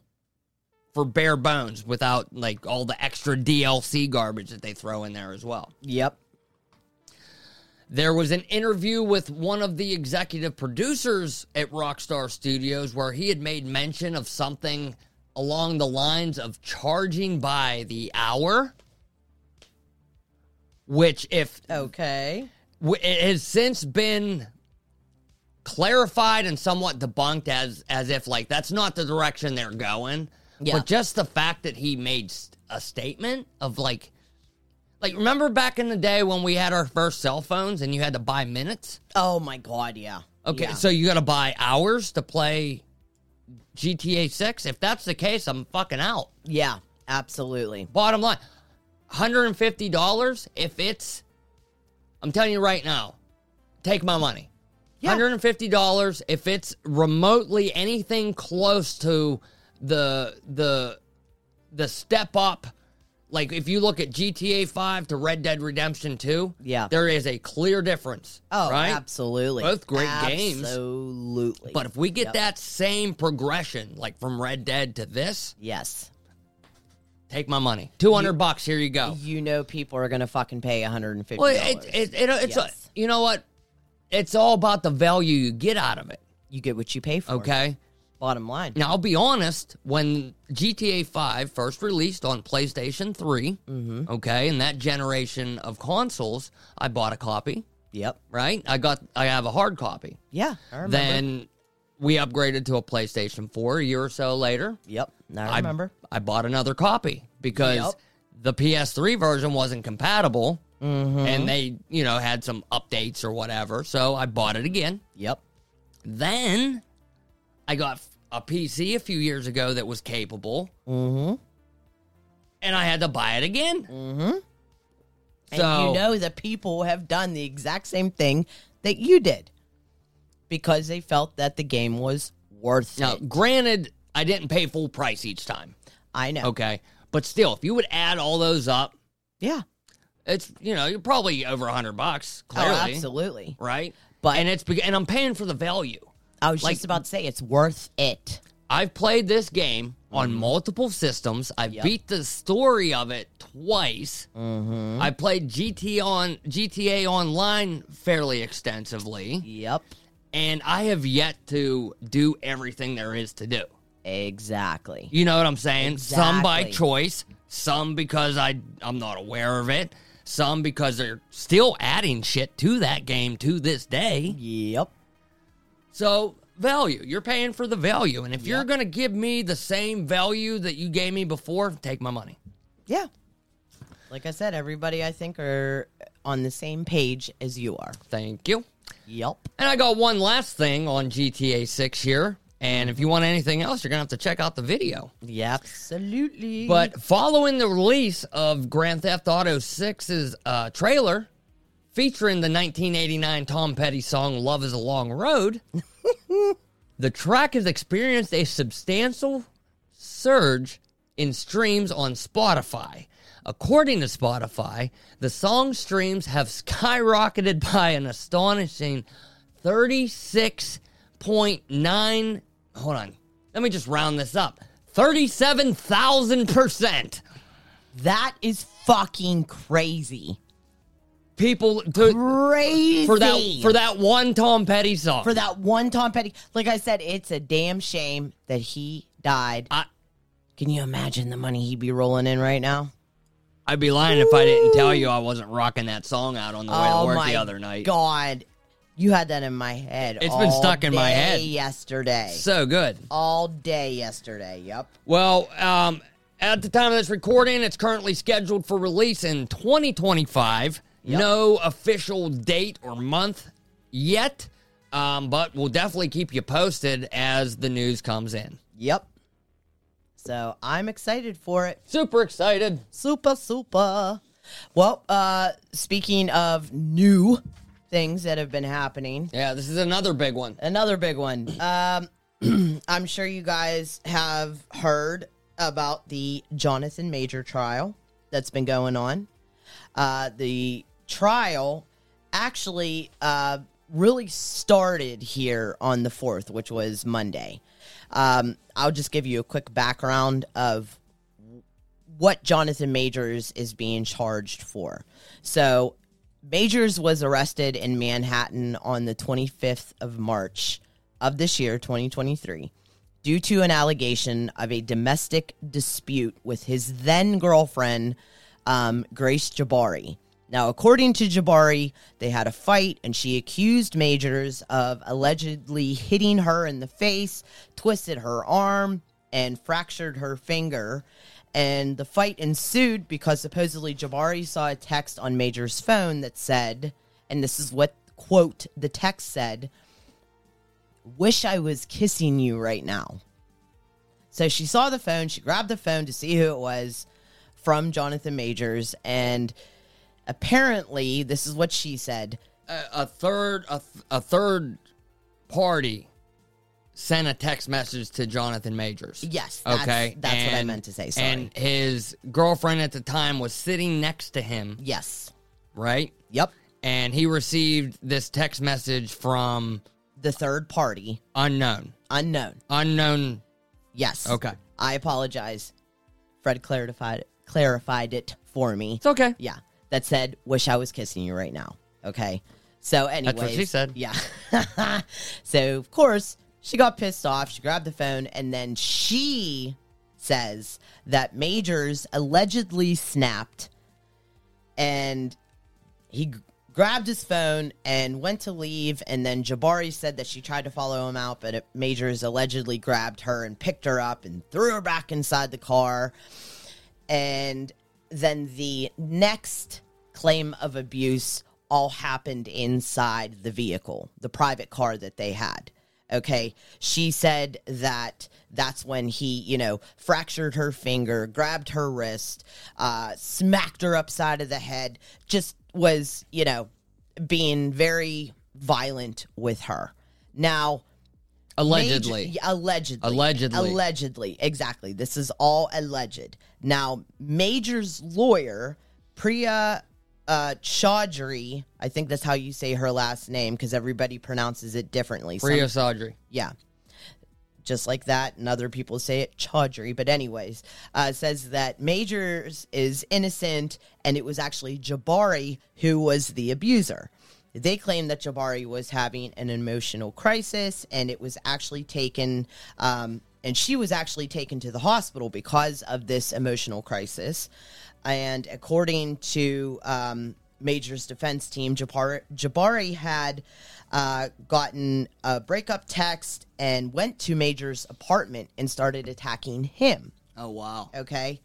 S2: For bare bones, without like all the extra DLC garbage that they throw in there as well.
S1: Yep.
S2: There was an interview with one of the executive producers at Rockstar Studios where he had made mention of something along the lines of charging by the hour. Which, if
S1: Okay.
S2: w- it has since been clarified and somewhat debunked as as if like that's not the direction they're going
S1: Yeah.
S2: but just the fact that he made st- a statement of like like remember back in the day when we had our first cell phones and you had to buy minutes
S1: Oh my god, yeah.
S2: okay
S1: Yeah.
S2: so you got to buy hours to play GTA 6 if that's the case I'm fucking out
S1: Yeah, absolutely.
S2: Bottom line, $150 if it's I'm telling you right now, take my money.
S1: Yeah.
S2: $150 if it's remotely anything close to the the the step up like if you look at GTA 5 to Red Dead Redemption 2,
S1: Yeah.
S2: there is a clear difference.
S1: Oh,
S2: right?
S1: absolutely.
S2: Both great games.
S1: Absolutely.
S2: But if we get that same progression like from Red Dead to this,
S1: yes.
S2: take my money. 200 bucks, here you go.
S1: You know people are gonna fucking pay 150
S2: Well, it, it, it, it's
S1: Yes.
S2: you know what? It's all about the value you get out of it.
S1: You get what you pay for.
S2: Okay.
S1: Bottom line.
S2: Now I'll be honest. When GTA Five first released on PlayStation 3
S1: Mm-hmm.
S2: okay, and that generation of consoles, I bought a copy.
S1: Yep.
S2: Right? I got. I have a hard copy.
S1: Yeah. I remember.
S2: Then we upgraded to a PlayStation Four a year or so later.
S1: Yep. I remember.
S2: I bought another copy because
S1: Yep.
S2: the PS3 version wasn't compatible
S1: Mm-hmm.
S2: and they, you know, had some updates or whatever. So I bought it again.
S1: yep.
S2: Then I got a PC a few years ago that was capable. Mm-hmm. And I had to buy it again. Mm-hmm. So,
S1: and you know that people have done the exact same thing that you did because they felt that the game was worth
S2: now,
S1: it.
S2: granted, I didn't pay full price each time.
S1: I know.
S2: Okay. But still, if you would add all those up,
S1: Yeah.
S2: it's you know you're probably over a hundred bucks
S1: Oh,
S2: clearly,
S1: absolutely.
S2: right?
S1: But-
S2: and it's be- and I'm paying for the value.
S1: I was
S2: Like-
S1: just about to say it's worth it.
S2: I've played this game on multiple systems. I've
S1: Mm-hmm. Yep.
S2: beat the story of it twice.
S1: Mm-hmm.
S2: I played GT on GTA Online fairly extensively,
S1: Yep.
S2: and I have yet to do everything there is to do.
S1: Exactly.
S2: You know what I'm saying? Some by
S1: Exactly.
S2: choice, some because I I'm not aware of it, some because they're still adding shit to that game to this day.
S1: Yep.
S2: So value, you're paying for the value, and if you're gonna give me the same value that you gave me before, take my money.
S1: Yeah. Like I said, everybody I think are on the same page as you are.
S2: Thank you.
S1: Yep.
S2: And I got one last thing on GTA 6 here, and if you want anything else, you're gonna have to check out the video.
S1: Yeah, absolutely.
S2: But following the release of Grand Theft Auto 6's uh, trailer featuring the 1989 Tom Petty song Love is a Long Road, the track has experienced a substantial surge in streams on Spotify. According to Spotify, the song streams have skyrocketed by an astonishing 36.9 hold on. Let me just round this up. 37,000%.
S1: that is fucking crazy.
S2: People to,
S1: Crazy.
S2: for that for that one Tom Petty song.
S1: for that one Tom Petty. Like I said, it's a damn shame that he died.
S2: I
S1: Can you imagine the money he'd be rolling in right now?
S2: I'd be lying if I didn't tell you I wasn't rocking that song out on the way to
S1: oh
S2: work
S1: my
S2: the other night.
S1: God. You had that in my head.
S2: It's been
S1: all
S2: stuck in my
S1: day
S2: head.
S1: yesterday.
S2: So good.
S1: all day yesterday. Yep.
S2: Well, um, at the time of this recording, it's currently scheduled for release in 2025.
S1: Yep.
S2: No official date or month yet, um, but we'll definitely keep you posted as the news comes in.
S1: Yep. So I'm excited for it.
S2: Super excited.
S1: Super, super. Well, uh, speaking of new things that have been happening,
S2: Yeah, this is another big one.
S1: another big one. Um, I'm sure you guys have heard about the Jonathan Major trial that's been going on. Uh, the trial actually uh, really started here on the 4th, which was Monday. Um, I'll just give you a quick background of what Jonathan Majors is being charged for. So Majors was arrested in Manhattan on the 25th of March of this year, 2023, due to an allegation of a domestic dispute with his then girlfriend, um, Grace Jabari. Now, according to Jabari, they had a fight and she accused Majors of allegedly hitting her in the face, twisted her arm, and fractured her finger. And the fight ensued because supposedly Jabari saw a text on Major's phone that said, and this is what quote the text said, Wish I was kissing you right now. So she saw the phone, she grabbed the phone to see who it was from Jonathan Majors, and apparently this is what she said.
S2: A, a third, a, th- a third party sent a text message to Jonathan Majors.
S1: Yes, that's- that's what I meant to say, sorry.
S2: And his girlfriend at the time was sitting next to him,
S1: Yes.
S2: right?
S1: Yep.
S2: And he received this text message from
S1: The third party.
S2: unknown,
S1: Unknown.
S2: unknown.
S1: Yes.
S2: Okay,
S1: I apologize. Fred clarified clarified it for me.
S2: it's okay.
S1: Yeah. That said, wish I was kissing you right now. Okay. So anyway.
S2: what she said.
S1: Yeah. so of course, she got pissed off. She grabbed the phone and then she says that Majors allegedly snapped and he g- grabbed his phone and went to leave and then jabari said that she tried to follow him out but it- majors allegedly grabbed her and picked her up and threw her back inside the car and then the next claim of abuse all happened inside the vehicle, the private car that they had. Okay. She said that that's when he, you know, fractured her finger, grabbed her wrist, uh, smacked her upside of the head, just was, you know, being very violent with her. Now,
S2: Allegedly.
S1: Major- yeah, allegedly.
S2: Allegedly.
S1: Allegedly. Exactly. This is all alleged. Now, Major's lawyer, Priya uh, Chaudhry, I think that's how you say her last name because everybody pronounces it differently. Some-
S2: Priya Chaudhry.
S1: yeah. Just like that, and other people say it Chaudhry. But anyways, uh, says that Majors is innocent, and it was actually Jabari who was the abuser. They claim that Jabari was having an emotional crisis, and it was actually taken, um, and she was actually taken to the hospital because of this emotional crisis. And according to um, Major's defense team, Jabari, Jabari had uh, gotten a breakup text and went to Major's apartment and started attacking him.
S2: Oh wow.
S1: Okay.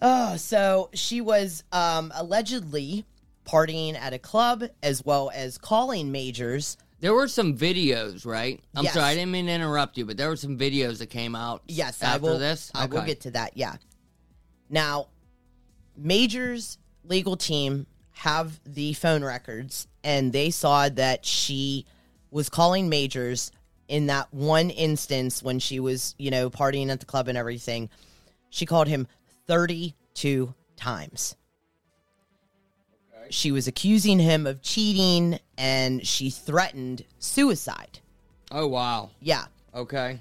S1: Oh, so she was um, allegedly partying at a club as well as calling Major's.
S2: There were some videos, right? I'm
S1: Yes.
S2: sorry, I didn't mean to interrupt you, but there were some videos that came out.
S1: Yes,
S2: after
S1: I will.
S2: this,
S1: I will
S2: Okay.
S1: get to that. Yeah. Now, Major's legal team have the phone records, and they saw that she was calling Majors in that one instance when she was, you know, partying at the club and everything. She called him 32 times. She was accusing him of cheating and she threatened suicide.
S2: Oh wow.
S1: Yeah.
S2: Okay.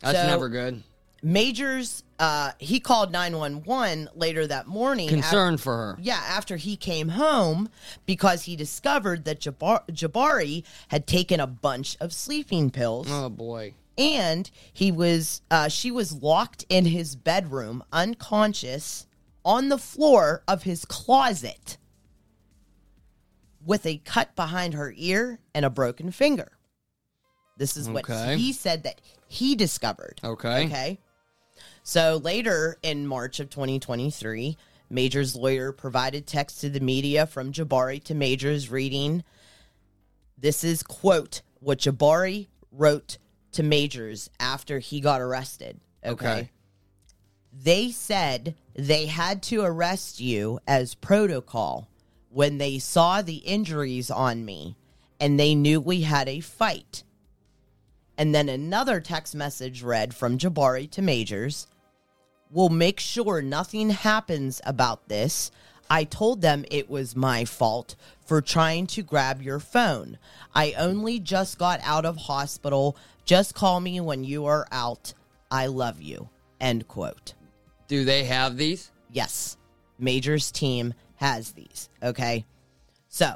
S2: That's
S1: So-
S2: never good.
S1: Majors, uh, he called 911 later that morning. af-
S2: Concern for her.
S1: yeah, after he came home because he discovered that Jabar- Jabari had taken a bunch of sleeping pills
S2: Oh boy.
S1: and he was uh, she was locked in his bedroom unconscious on the floor of his closet with a cut behind her ear and a broken finger. This is what
S2: Okay.
S1: he said that he discovered.
S2: Okay.
S1: Okay. So later in March of 2023, Major's lawyer provided text to the media from Jabari to Major's reading. This is, quote, what Jabari wrote to Majors after he got arrested. okay
S2: Okay.
S1: they said they had to arrest you as protocol when they saw the injuries on me and they knew we had a fight. And then another text message read from Jabari to Majors We'll make sure nothing happens about this. I told them it was my fault for trying to grab your phone. I only just got out of hospital. Just call me when you are out. I love you. End quote.
S2: Do they have these?
S1: Yes, Major's team has these. Okay. So,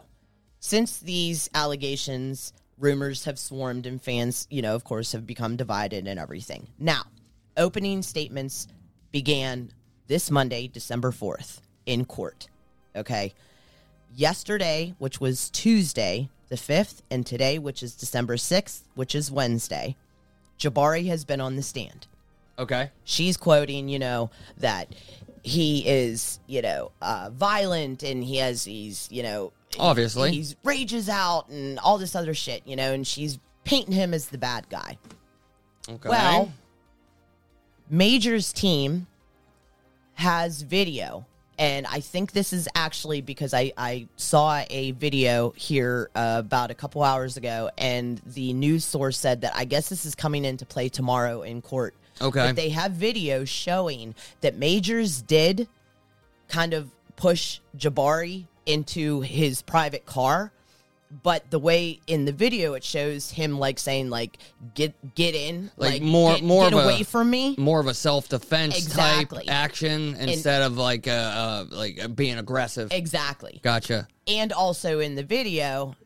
S1: since these allegations, rumors have swarmed and fans, you know, of course, have become divided and everything. Now, opening statements began this Monday, December 4th, in court. Okay. Yesterday, which was Tuesday, the 5th, and today, which is December 6th, which is Wednesday, Jabari has been on the stand
S2: Okay.
S1: she's quoting, you know, that he is, you know, uh, violent and he has these, you know,
S2: Obviously.
S1: he's rages out and all this other shit, you know, and she's painting him as the bad guy.
S2: okay.
S1: Well, Major's team has video. And I think this is actually because I, I saw a video here uh, about a couple hours ago, and the news source said that I guess this is coming into play tomorrow in court.
S2: Okay.
S1: But they have video showing that Majors did kind of push Jabari into his private car. But the way in the video it shows him like saying like get get in
S2: Like, more-
S1: get,
S2: more
S1: get
S2: of a-
S1: away from me
S2: more of a self defense
S1: Exactly.
S2: type action instead of like uh, uh like uh, being aggressive.
S1: exactly
S2: gotcha.
S1: and also in the video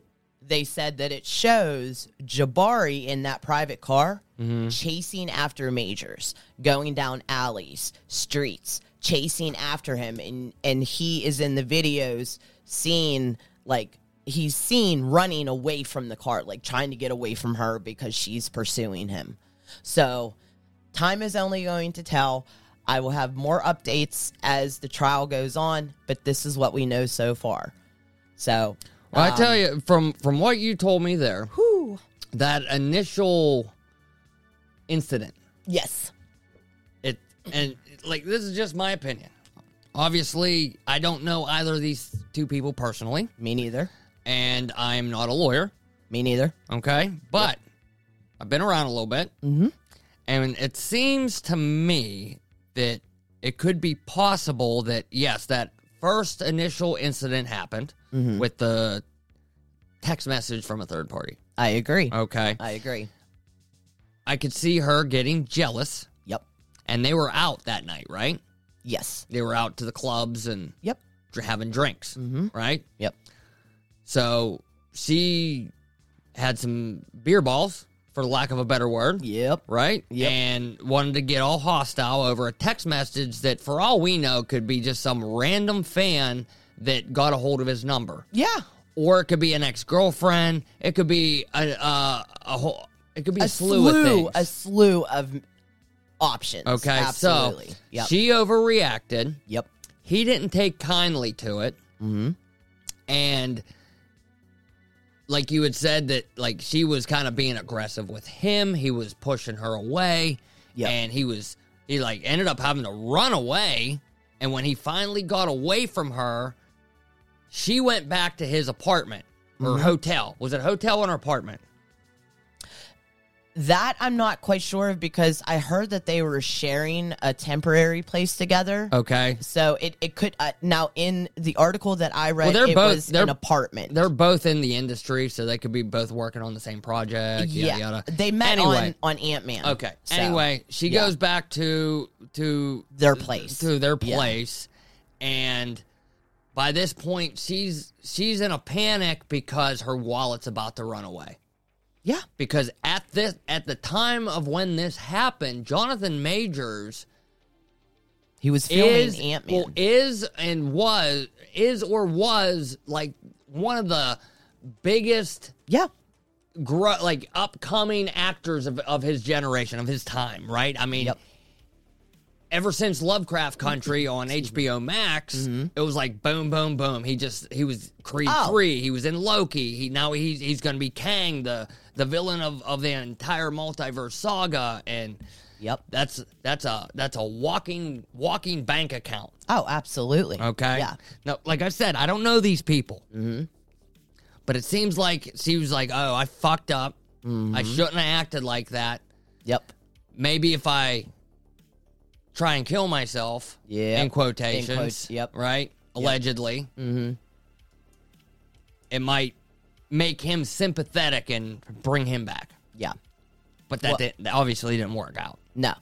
S1: they said that it shows Jabari in that private car chasing after Majors going down alleys streets chasing after him and and he is in the videos seeing like he's seen running away from the car like trying to get away from her because she's pursuing him so Time is only going to tell. I will have more updates as the trial goes on, but this is what we know so far. So,
S2: Well, I tell you from from what you told me there, that initial incident
S1: yes.
S2: it and like this is just my opinion. Obviously, I don't know either of these two people personally,
S1: Me neither.
S2: and I'm not a lawyer.
S1: Me neither.
S2: Okay, but I've been around a little bit, mm-hmm. and it seems to me that it could be possible that yes, that first initial incident happened with the text message from a third party.
S1: I agree.
S2: Okay,
S1: I agree.
S2: I could see her getting jealous,
S1: Yep.
S2: and they were out that night, right?
S1: Yes.
S2: They were out to the clubs and
S1: Yep.
S2: dr- having drinks, right?
S1: Yep.
S2: So she had some beer balls, for lack of a better word,
S1: Yep.
S2: right?
S1: Yep.
S2: And wanted to get all hostile over a text message that, for all we know, could be just some random fan that got a hold of his number,
S1: Yeah.
S2: or it could be an ex girlfriend. It could be a a, a whole. It could be a,
S1: A
S2: slew, of
S1: slew,
S2: things.
S1: a slew of options.
S2: okay,
S1: Absolutely.
S2: so
S1: yep.
S2: she overreacted.
S1: yep.
S2: he didn't take kindly to it. Mm-hmm. And like you had said that like she was kind of being aggressive with him. He was pushing her away.
S1: Yep.
S2: And he was he like ended up having to run away. And when he finally got away from her, she went back to his apartment or
S1: Mm-hmm.
S2: hotel. Was it a hotel or an apartment?
S1: That I'm not quite sure of because I heard that they were sharing a temporary place together.
S2: Okay.
S1: So it, it could uh, now in the article that I read,
S2: they're
S1: it
S2: both-
S1: was
S2: they're-
S1: an apartment.
S2: They're both in the industry, so they could be both working on the same project.
S1: yeah,
S2: Yada, yada.
S1: they met
S2: Anyway.
S1: on on Ant Man.
S2: Okay. anyway, she
S1: yeah.
S2: goes back to to
S1: Their place.
S2: to their
S1: Yeah.
S2: place, and by this point, she's she's in a panic because her wallet's about to run away.
S1: yeah,
S2: Because at this at the time of when this happened, Jonathan Majors
S1: he was filming
S2: is
S1: Ant Man.
S2: well, is and was is or was like one of the biggest
S1: yeah,
S2: gro- like upcoming actors of, of his generation of his time right i mean
S1: Yep.
S2: ever since lovecraft country on hbo max it was like boom boom boom he just he was creed
S1: Mm-hmm. Oh.
S2: 3 he was in loki he now he's, he's gonna be kang the the villain of, of the entire multiverse saga and
S1: yep.
S2: that's that's a that's a walking walking bank account
S1: Oh, absolutely.
S2: Okay.
S1: Yeah.
S2: No, like I said, I don't know these people. Mm-hmm. But it seems like she was like, "Oh, I fucked up.
S1: Mm-hmm.
S2: I shouldn't have acted like that.
S1: Yep.
S2: Maybe if I try and kill myself,
S1: Yeah.
S2: in quotations,
S1: In quotes, yep.
S2: right, allegedly, mm-hmm. it might make him sympathetic and bring him back.
S1: Yeah.
S2: But that,
S1: Well-
S2: did, that obviously didn't work out.
S1: No.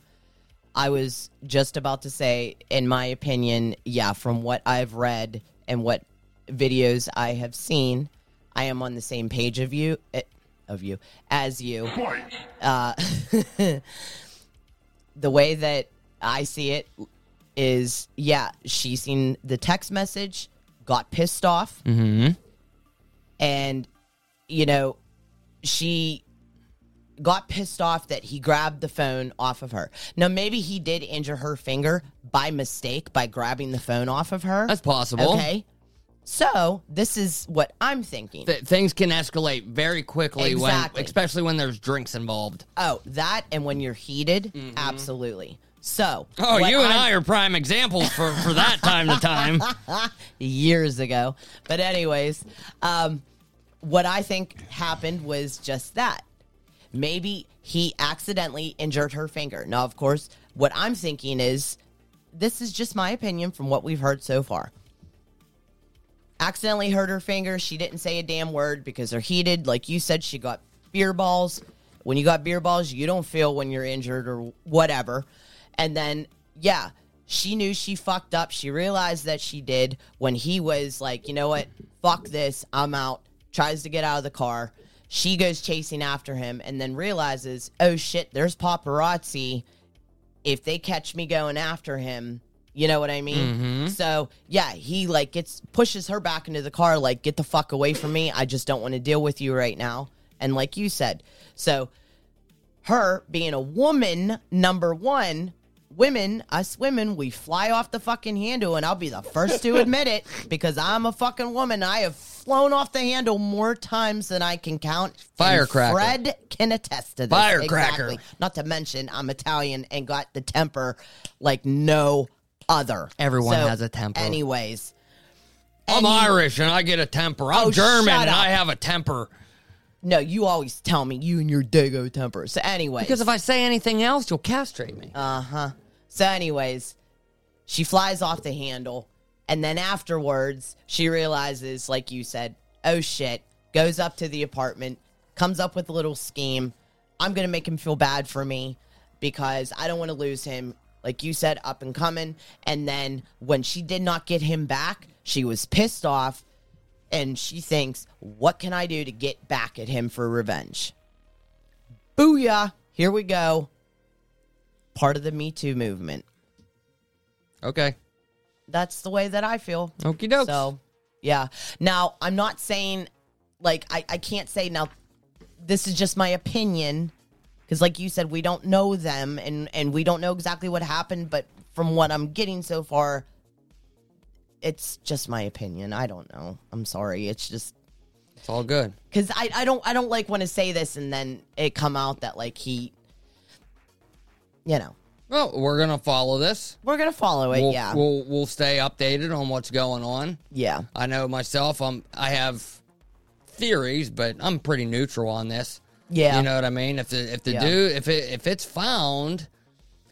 S1: I was just about to say, in my opinion, yeah, from what I've read and what videos I have seen, I am on the same page of you, eh, of you, as you. Uh, the way that I see it is, yeah, she seen the text message, got pissed off,
S2: Mm-hmm.
S1: and you know, she got pissed off that he grabbed the phone off of her. Now, maybe he did injure her finger by mistake by grabbing the phone off of her.
S2: That's possible.
S1: Okay. So, this is what I'm thinking.
S2: Th- things can escalate very quickly
S1: Exactly.
S2: when, especially when there's drinks involved.
S1: oh, that and when you're heated, absolutely. So,
S2: Mm-hmm. Oh,
S1: what
S2: you and
S1: I'm-
S2: I are prime examples for, for that time to time.
S1: years ago. But anyways, um, what I think happened was just that. Maybe he accidentally injured her finger. Now, of course, what I'm thinking is this is just my opinion from what we've heard so far. Accidentally hurt her finger. She didn't say a damn word because they're heated. Like you said, she got beer balls. When you got beer balls, you don't feel when you're injured or whatever. And then, yeah, she knew she fucked up. She realized that she did when he was like, you know what? Fuck this. I'm out. Tries to get out of the car. She goes chasing after him and then realizes, oh shit, there's paparazzi if they catch me going after him, you know what I mean? So yeah, he like gets pushes her back into the car, like, get the fuck away from me. I just don't want to deal with you right now. And like you said, so her being a woman, number one, women, us women, we fly off the fucking handle, and I'll be the first to admit it because I'm a fucking woman. I have flown off the handle more times than I can count. and
S2: Firecracker.
S1: Fred can attest to this.
S2: Firecracker.
S1: Exactly. Not to mention, I'm Italian and got the temper like no other.
S2: Everyone has a temper.
S1: Anyways,
S2: I'm
S1: any-
S2: Irish and I get a temper. I'm
S1: Oh,
S2: German
S1: shut
S2: and
S1: up.
S2: I have a temper.
S1: No, you always tell me you and your dago temper. So, anyways,
S2: Because if I say anything else, you'll castrate me.
S1: Uh huh. So, anyways, she flies off the handle. And then afterwards, she realizes, like you said, oh shit, goes up to the apartment, comes up with a little scheme. I'm going to make him feel bad for me because I don't want to lose him. Like you said, up and coming. And then when she did not get him back, she was pissed off and she thinks, what can I do to get back at him for revenge? Booyah! Here we go part of the Me Too movement.
S2: okay.
S1: That's the way that I feel.
S2: Okie dokes.
S1: So, yeah. Now, I'm not saying, like, I, I can't say now, this is just my opinion. Because, like you said, we don't know them and, and we don't know exactly what happened. But from what I'm getting so far, it's just my opinion. I don't know. I'm sorry. It's just
S2: It's all good.
S1: because I, I don't I don't like want to say this and then it come out that like he, you know,
S2: Well, we're gonna follow this.
S1: we're gonna follow it.
S2: We'll,
S1: yeah,
S2: we'll we'll stay updated on what's going on.
S1: yeah.
S2: I know myself. I'm I have theories, but I'm pretty neutral on this.
S1: Yeah.
S2: you know what I mean. If the if the
S1: Yeah.
S2: dude if it if it's found,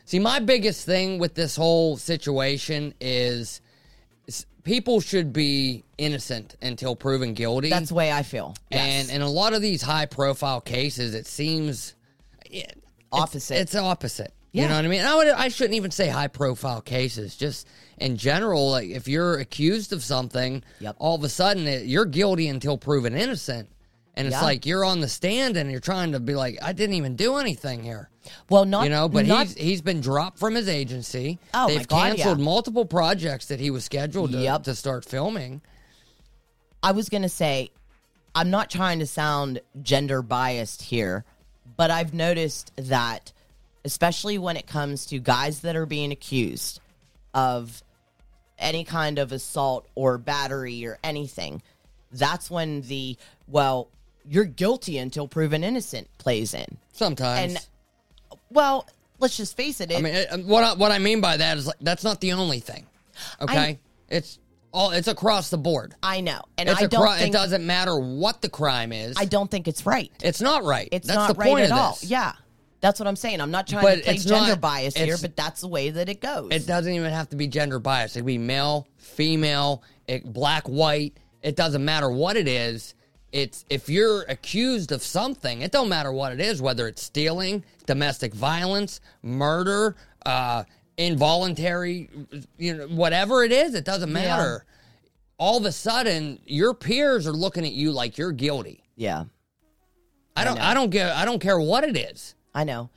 S2: see, my biggest thing with this whole situation is, is people should be innocent until proven guilty.
S1: That's the way I feel. Yes.
S2: And in a lot of these high profile cases, it seems it,
S1: Opposite.
S2: It's, it's opposite. You
S1: Yeah.
S2: know what I mean? And I would I shouldn't even say high profile cases. Just in general, like if you're accused of something,
S1: Yep.
S2: all of a sudden it, you're guilty until proven innocent. And it's
S1: Yeah.
S2: like you're on the stand and you're trying to be like, I didn't even do anything here.
S1: well, not
S2: You know, but
S1: Uh, not,
S2: he's he's been dropped from his agency.
S1: Oh, my
S2: They've
S1: God,
S2: canceled
S1: yeah.
S2: multiple projects that he was scheduled to,
S1: Yep.
S2: to start filming.
S1: I was gonna say, I'm not trying to sound gender biased here, but I've noticed that, especially when it comes to guys that are being accused of any kind of assault or battery or anything, that's when the well, you're guilty until proven innocent plays in.
S2: Sometimes
S1: And well, let's just face it. it
S2: I mean, it- what I, what I mean by that is like that's not the only thing. Okay,
S1: I-
S2: it's all it's across the board.
S1: I know, and
S2: It's
S1: I
S2: a
S1: don't
S2: cri-
S1: think
S2: it doesn't matter what the crime is.
S1: I don't think it's right.
S2: it's not right.
S1: It's
S2: that's
S1: not
S2: the
S1: right
S2: point
S1: at
S2: of
S1: all.
S2: this.
S1: Yeah. That's what I'm saying. I'm not trying
S2: But
S1: to play
S2: it's
S1: gender
S2: not-
S1: bias here,
S2: it's-
S1: but that's the way that it goes.
S2: It doesn't even have to be gender biased. It could be male, female, it, black, white. It doesn't matter what it is. It's if you're accused of something, it don't matter what it is, whether it's stealing, domestic violence, murder, uh, involuntary, you know, whatever it is, it doesn't matter. All of a sudden, your peers are looking at you like you're guilty.
S1: yeah.
S2: I don't. I, don't care. I don't care what it is.
S1: I know.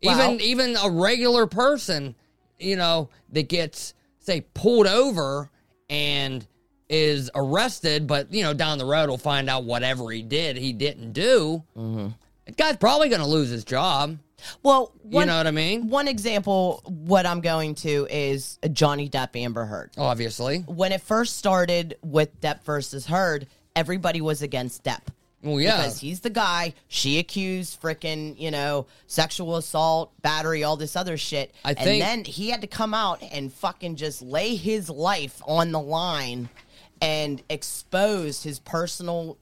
S2: Even even a regular person, you know, that gets say pulled over and is arrested, but you know, down the road will find out whatever he did, he didn't do.
S1: Mm-hmm.
S2: The guy's probably going to lose his job.
S1: well, one,
S2: you know what I mean?
S1: one example, what I'm going to is Johnny Depp, Amber Heard.
S2: Obviously.
S1: When it first started with Depp versus Heard, everybody was against Depp.
S2: Well, yeah.
S1: Because he's the guy she accused frickin', you know, sexual assault, battery, all this other shit.
S2: I think-
S1: and then he had to come out and fucking just lay his life on the line and expose his personal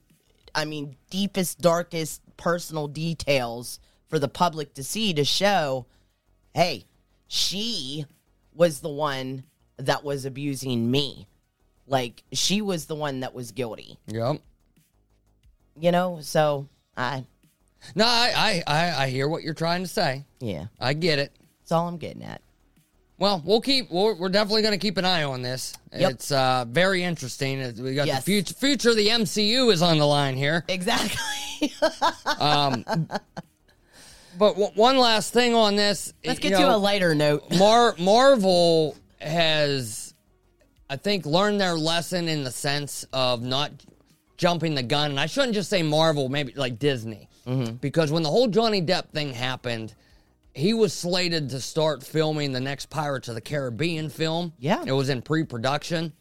S1: I mean, deepest, darkest personal details for the public to see to show, hey, she was the one that was abusing me. Like she was the one that was guilty
S2: Yep.
S1: you know so i
S2: No, I, I I I hear what you're trying to say.
S1: yeah
S2: I get it.
S1: that's all i'm getting at
S2: Well, we'll keep. We're, we're definitely going to keep an eye on this.
S1: Yep.
S2: It's uh, very interesting. It- We got
S1: Yes.
S2: the future. Future of the MCU is on the line here.
S1: exactly
S2: But w- one last thing on this.
S1: let's
S2: you
S1: get to a
S2: know,
S1: lighter note
S2: Mar- Marvel has, I think, learned their lesson in the sense of not jumping the gun. And I shouldn't just say Marvel, maybe like Disney. Because when the whole Johnny Depp thing happened, he was slated to start filming the next Pirates of the Caribbean film.
S1: Yeah.
S2: It was in pre production,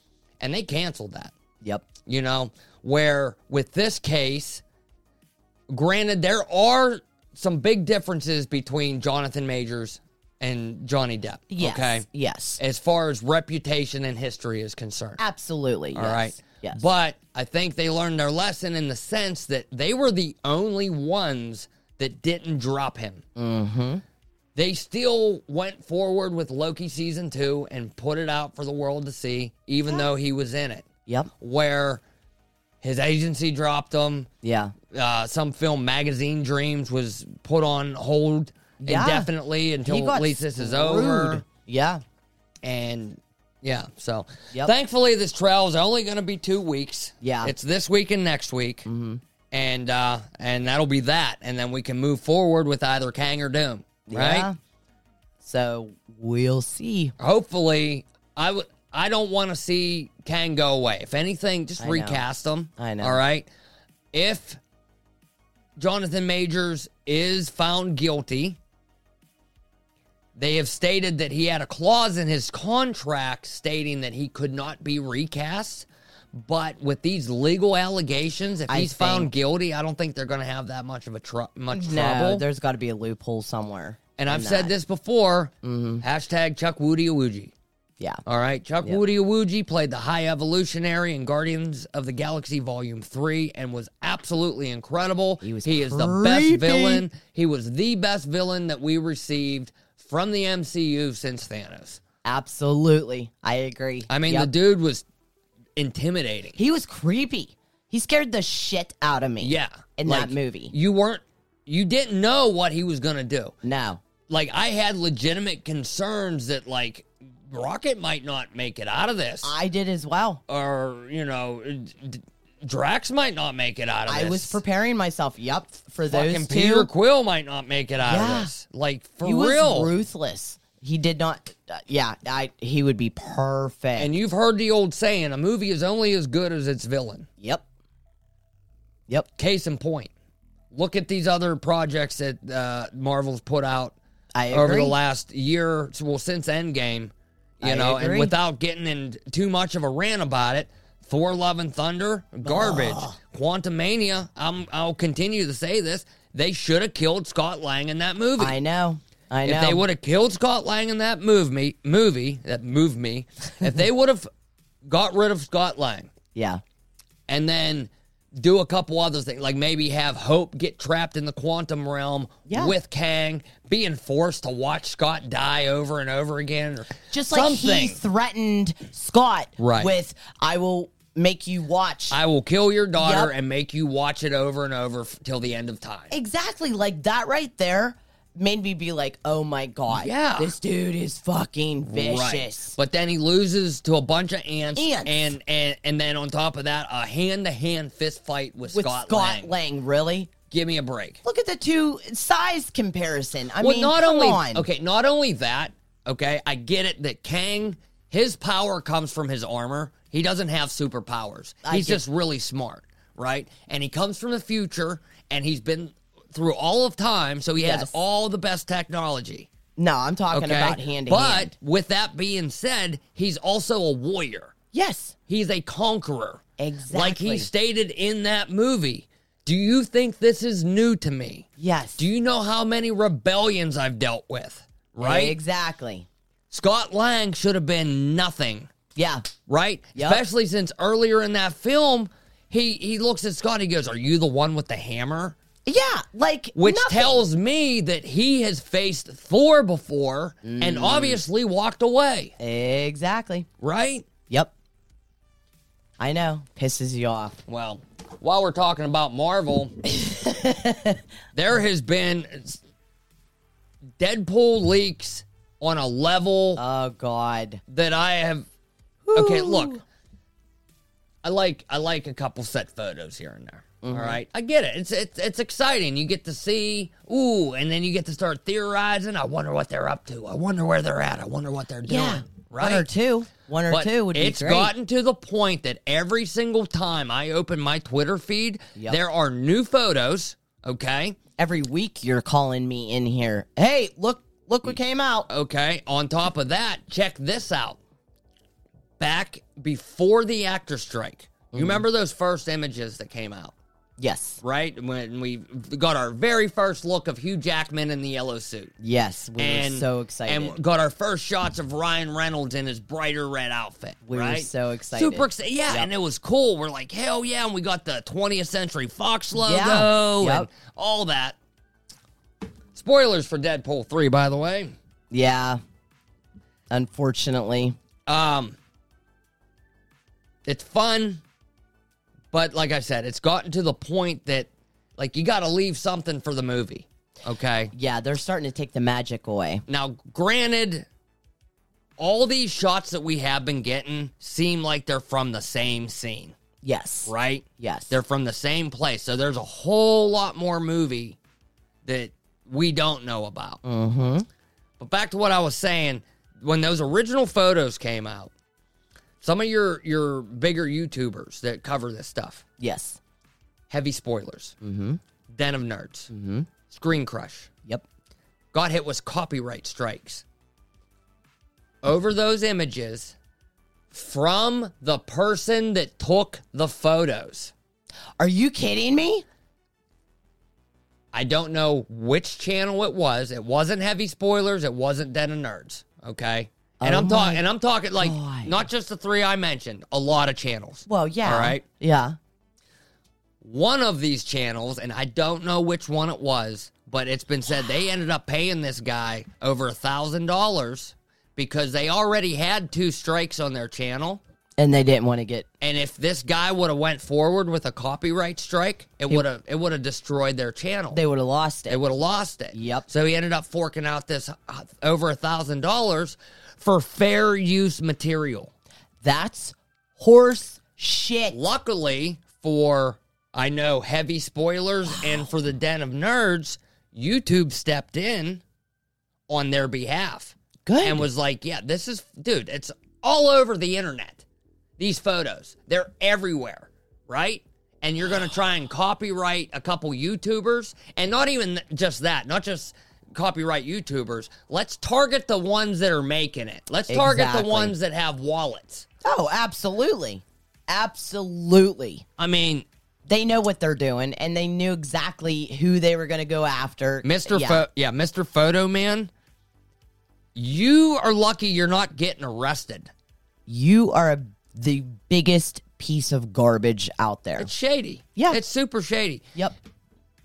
S2: and they canceled that
S1: yep
S2: you know, where with this case, granted, there are some big differences between Jonathan Majors and Johnny Depp.
S1: Yes.
S2: Okay.
S1: Yes.
S2: As far as reputation and history is concerned.
S1: Absolutely.
S2: All
S1: yes.
S2: right.
S1: Yes.
S2: But I think they learned their lesson in the sense that they were the only ones that didn't drop him. Mm-hmm. They still went forward with Loki season two and put it out for the world to see, even though he was in it.
S1: Yep.
S2: Where his agency dropped him,
S1: Yeah.
S2: uh, some film magazine dreams was put on hold
S1: Yeah.
S2: indefinitely until
S1: He got
S2: at least this is
S1: screwed.
S2: over.
S1: Yeah.
S2: And yeah, so
S1: Yep.
S2: thankfully this trial is only going to be two weeks.
S1: Yeah. Mm-hmm.
S2: it's this week and next week, and uh, and that'll be that, and then we can move forward with either Kang or Doom, right?
S1: Yeah. So we'll see.
S2: Hopefully, I would. I don't want to see Kang go away. If anything, just
S1: know.
S2: recast him.
S1: I know.
S2: All right. If Jonathan Majors is found guilty, they have stated that he had a clause in his contract stating that he could not be recast. But with these legal allegations, if
S1: I
S2: he's found
S1: think-
S2: guilty, I don't think they're going to have that much of a tr- much
S1: No,
S2: trouble.
S1: there's got to be a loophole somewhere.
S2: and I've
S1: in
S2: said
S1: that.
S2: this before.
S1: Mm-hmm.
S2: Hashtag Chuck Woody Awoogie.
S1: Yeah.
S2: All right, Chuck Woody Awuji played the High Evolutionary in Guardians of the Galaxy Volume 3 and was absolutely incredible.
S1: He was
S2: is the best
S1: creepy.
S2: villain. He was the best villain that we received from the MCU since Thanos.
S1: Absolutely. I agree.
S2: I mean,
S1: Yep.
S2: the dude was intimidating.
S1: he was creepy. He scared the shit out of me.
S2: Yeah.
S1: In
S2: like,
S1: that movie.
S2: You weren't you didn't know what he was going to do.
S1: no.
S2: Like I had legitimate concerns that like Rocket might not make it out of this.
S1: I did as well.
S2: or you know, d- d- Drax might not make it out of
S1: I
S2: this.
S1: was preparing myself. Yup. For
S2: Fucking
S1: those two.
S2: Peter Quill might not make it out
S1: Yeah.
S2: of this. Like for
S1: he
S2: real.
S1: was ruthless. He did not. uh, yeah. I. He would be perfect.
S2: And you've heard the old saying: a movie is only as good as its villain.
S1: yep. Yep.
S2: Case in point, look at these other projects that uh, Marvel's put out
S1: I agree.
S2: over the last year, well, since Endgame. You
S1: I
S2: know, and
S1: agree.
S2: without getting in too much of a rant about it, Thor: Love and Thunder, garbage. Quantum Mania. I'm, I'll continue to say this: they should have killed Scott Lang in that movie.
S1: I know. I know.
S2: If they would have killed Scott Lang in that move me, movie, that moved me, if they would have got rid of Scott Lang
S1: Yeah.
S2: and then do a couple other things, like maybe have Hope get trapped in the quantum realm
S1: Yeah.
S2: with Kang, being forced to watch Scott die over and over again, or
S1: Just like he
S2: something.
S1: threatened Scott
S2: Right.
S1: with, I will make you watch.
S2: I will kill your daughter
S1: Yep.
S2: and make you watch it over and over f- till the end of time.
S1: exactly. Like that right there made me be like, oh my God.
S2: Yeah.
S1: This dude is fucking vicious.
S2: But then he loses to a bunch of ants,
S1: Ants.
S2: and and and then on top of that, a hand to hand fist fight with,
S1: With
S2: Scott,
S1: Scott,
S2: Lang.
S1: Lang. really?
S2: Give me a break.
S1: Look at the two size comparison. I
S2: Well,
S1: mean,
S2: not
S1: come
S2: only
S1: on.
S2: okay, not only that. Okay, I get it that Kang, his power comes from his armor. He doesn't have superpowers. he's
S1: get-
S2: just really smart, right? And he comes from the future, and he's been through all of time, so he has
S1: Yes.
S2: all the best technology.
S1: No, I'm talking
S2: Okay,
S1: about hand to
S2: but
S1: hand.
S2: with that being said, he's also a warrior.
S1: Yes.
S2: He's a conqueror. Like
S1: Exactly.
S2: he stated in that movie. Do you think this is new to me?
S1: Yes.
S2: Do you know how many rebellions I've dealt with? Right?
S1: Exactly.
S2: Scott Lang should have been nothing,
S1: Yeah.
S2: right?
S1: Yep.
S2: Especially since earlier in that film, he he looks at Scott, he goes, Are you the one with the hammer?
S1: Yeah. Like,
S2: Which
S1: nothing.
S2: tells me that he has faced Thor before and obviously walked away,
S1: Exactly.
S2: right?
S1: Yep. I know. Pisses you off.
S2: Well, while we're talking about Marvel, there has been Deadpool leaks on a level
S1: Oh God.
S2: that I have. Okay, look, I like I like a couple set photos here and there.
S1: Mm-hmm.
S2: All right, I get it. It's it's it's exciting. You get to see ooh, and then you get to start theorizing. I wonder what they're up to. I wonder where they're at. I wonder what they're doing.
S1: Yeah.
S2: Right.
S1: One or two. One or
S2: But
S1: two would
S2: it's
S1: be great.
S2: gotten to the point that every single time I open my Twitter feed,
S1: Yep.
S2: there are new photos. Okay,
S1: Every week you're calling me in here. Hey, look, look what came out.
S2: okay. On top of that, check this out.
S1: Mm-hmm.
S2: Back before the actor strike, you remember those first images that came out?
S1: Yes.
S2: right? When we got our very first look of Hugh Jackman in the yellow suit.
S1: Yes. We were so excited.
S2: And got our first shots of Ryan Reynolds in his brighter red outfit.
S1: We were
S2: right?
S1: so excited.
S2: Super excited. Yeah,
S1: Yep.
S2: and it was cool. We're like, hell yeah. And we got the 20th Century Fox logo
S1: Yep.
S2: and all that. Spoilers for Deadpool 3, by the way.
S1: yeah. Unfortunately.
S2: Um, it's fun, but like I said, it's gotten to the point that like you got to leave something for the movie. Okay.
S1: Yeah, they're starting to take the magic away.
S2: Now, granted, all these shots that we have been getting seem like they're from the same scene,
S1: Yes.
S2: right?
S1: Yes.
S2: They're from the same place. So there's a whole lot more movie that we don't know about.
S1: mm-hmm.
S2: But back to what I was saying, when those original photos came out, some of your your bigger YouTubers that cover this stuff,
S1: Yes.
S2: heavy spoilers, mm-hmm. Den of Nerds, mm-hmm. Screen Crush,
S1: Yep.
S2: got hit with copyright strikes over those images from the person that took the photos.
S1: Are you kidding me?
S2: I don't know which channel it was. It wasn't heavy spoilers. It wasn't Den of Nerds. Okay. And
S1: Oh
S2: I'm
S1: my
S2: talking and I'm talking like
S1: God.
S2: not just the three I mentioned, a lot of channels.
S1: Well, yeah.
S2: All right.
S1: Yeah.
S2: One of these channels, and I don't know which one it was, but it's been said they ended up paying this guy over a thousand dollars because they already had two strikes on their channel.
S1: And they didn't want to get
S2: And if this guy would have went forward with a copyright strike, it would have it would have destroyed their channel.
S1: they would have lost
S2: They
S1: it.
S2: would have lost it.
S1: Yep.
S2: So he ended up forking out this uh, over a thousand dollars for fair use material.
S1: That's horse shit.
S2: Luckily for I know heavy spoilers and for the den of nerds, YouTube stepped in on their behalf
S1: Good.
S2: and was like, "Yeah, this is dude. It's all over the internet. These photos, they're everywhere, right?" And you're gonna try and copyright a couple YouTubers, and not even th- just that, not just copyright YouTubers. Let's target the ones that are making it. Let's target the
S1: Exactly.
S2: ones that have wallets.
S1: oh, absolutely. Absolutely.
S2: I mean,
S1: They know what they're doing and they knew exactly who they were going to go after.
S2: Mr.
S1: Yeah.
S2: Yeah. yeah, Mr. Photo Man, you are lucky you're not getting arrested.
S1: you are a, the biggest piece of garbage out there.
S2: It's shady.
S1: Yeah.
S2: it's super shady.
S1: Yep.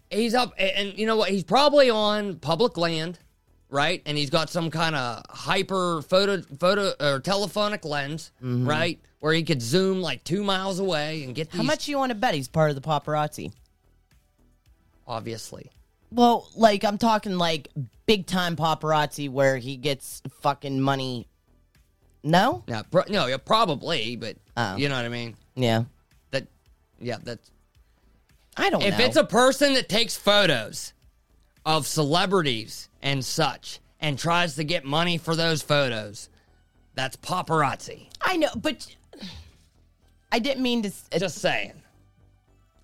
S2: He's up, a- and you know what? He's probably on public land, right? And he's got some kind of hyper photo, photo or telephonic lens, right, where he could zoom like two miles away and get these.
S1: Mm-hmm. How much you want to bet he's part of the paparazzi?
S2: Obviously,
S1: Well, like I'm talking like big time paparazzi where he gets fucking money. No?
S2: no, pro- no, yeah, probably, but
S1: Oh.
S2: you know what I mean.
S1: Yeah.
S2: That, yeah, that's
S1: I don't
S2: if
S1: know.
S2: it's a person that takes photos of celebrities and such and tries to get money for those photos, that's paparazzi.
S1: I know, but I didn't mean to. s-
S2: Just saying.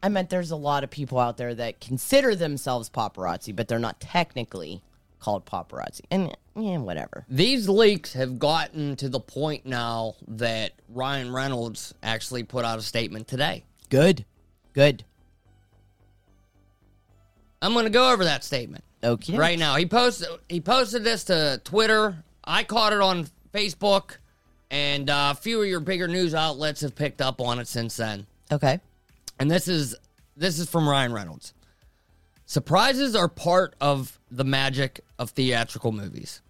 S1: I meant there's a lot of people out there that consider themselves paparazzi, but they're not technically called paparazzi. And yeah, whatever.
S2: These leaks have gotten to the point now that Ryan Reynolds actually put out a statement today.
S1: Good. Good.
S2: I'm going to go over that statement
S1: Okay.
S2: right now. He posted he posted this to Twitter. I caught it on Facebook, and uh, a few of your bigger news outlets have picked up on it since then.
S1: Okay.
S2: and this is this is from Ryan Reynolds. Surprises are part of the magic of theatrical movies.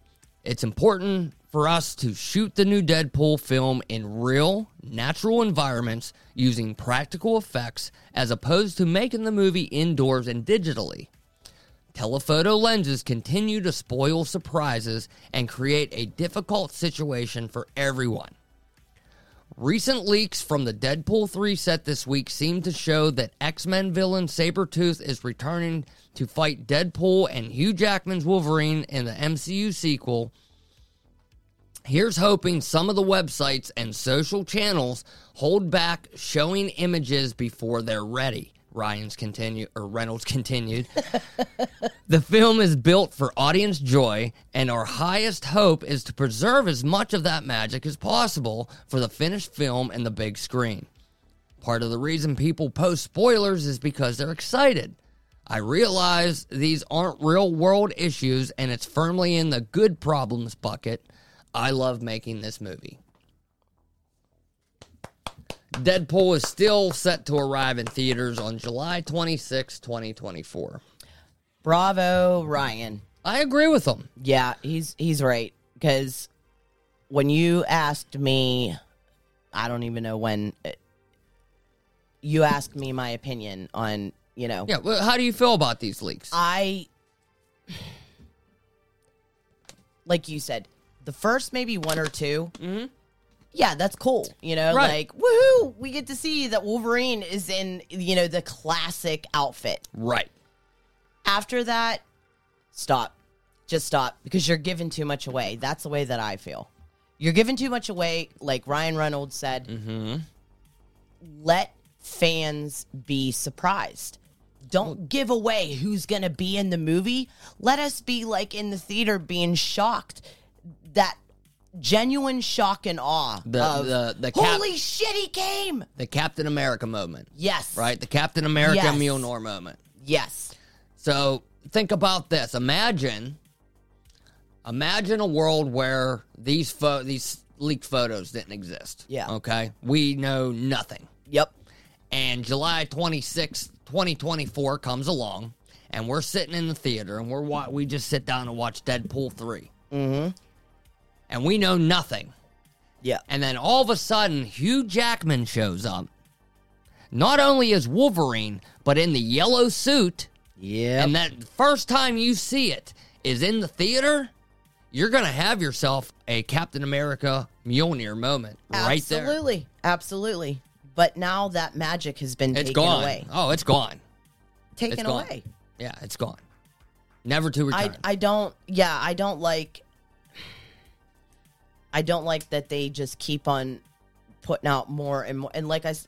S2: It's important for us to shoot the new Deadpool film in real, natural environments using practical effects as opposed to making the movie indoors and digitally. Telephoto lenses continue to spoil surprises and create a difficult situation for everyone. Recent leaks from the Deadpool 3 set this week seem to show that X Men villain Sabretooth is returning to fight Deadpool and Hugh Jackman's Wolverine in the MCU sequel. Here's hoping some of the websites and social channels hold back showing images before they're ready. Ryan's continue or Reynolds continued. The film is built for audience joy, and our highest hope is to preserve as much of that magic as possible for the finished film and the big screen. Part of the reason people post spoilers is because they're excited. I realize these aren't real world issues and it's firmly in the good problems bucket. I love making this movie. Deadpool is still set to arrive in theaters on July 26, 2024.
S1: Bravo, Ryan.
S2: I agree with him.
S1: Yeah, he's he's right because when you asked me, I don't even know when uh, you asked me my opinion on you know
S2: Yeah, well, how do you feel about these leaks?
S1: I like you said the first maybe one or 2 Yeah, that's cool. You know,
S2: Right.
S1: like woohoo, we get to see that Wolverine is in you know the classic outfit.
S2: right.
S1: after that, stop. Just stop because you're giving too much away. That's the way that I feel. You're giving too much away, like Ryan Reynolds said.
S2: Mm-hmm.
S1: Let fans be surprised. Don't give away who's going to be in the movie. Let us be like in the theater being shocked. That genuine shock and awe.
S2: The-
S1: of,
S2: the- the cap-
S1: Holy shit, he came!
S2: The Captain America moment,
S1: Yes.
S2: right? The Captain America
S1: Yes.
S2: Mjolnir moment.
S1: Yes.
S2: So think about this. Imagine, imagine a world where these pho- these leaked photos didn't exist.
S1: Yeah.
S2: Okay. We know nothing.
S1: Yep.
S2: And July 26th, 2024 comes along, and we're sitting in the theater, and we're wa- we just sit down and watch Deadpool 3. Mm-hmm. And we know nothing.
S1: Yeah.
S2: And then all of a sudden, Hugh Jackman shows up. Not only is Wolverine, but in the yellow suit.
S1: Yeah.
S2: And that first time you see it is in the theater, you're going to have yourself a Captain America Mjolnir moment right there.
S1: absolutely, absolutely. But now that magic has been
S2: It's
S1: taken
S2: gone.
S1: away,
S2: Oh, it's gone.
S1: taken
S2: It's gone.
S1: away.
S2: Yeah, it's gone. Never to
S1: I
S2: return.
S1: I don't. Yeah, I don't like. I don't like that they just keep on putting out more and more. And like I s-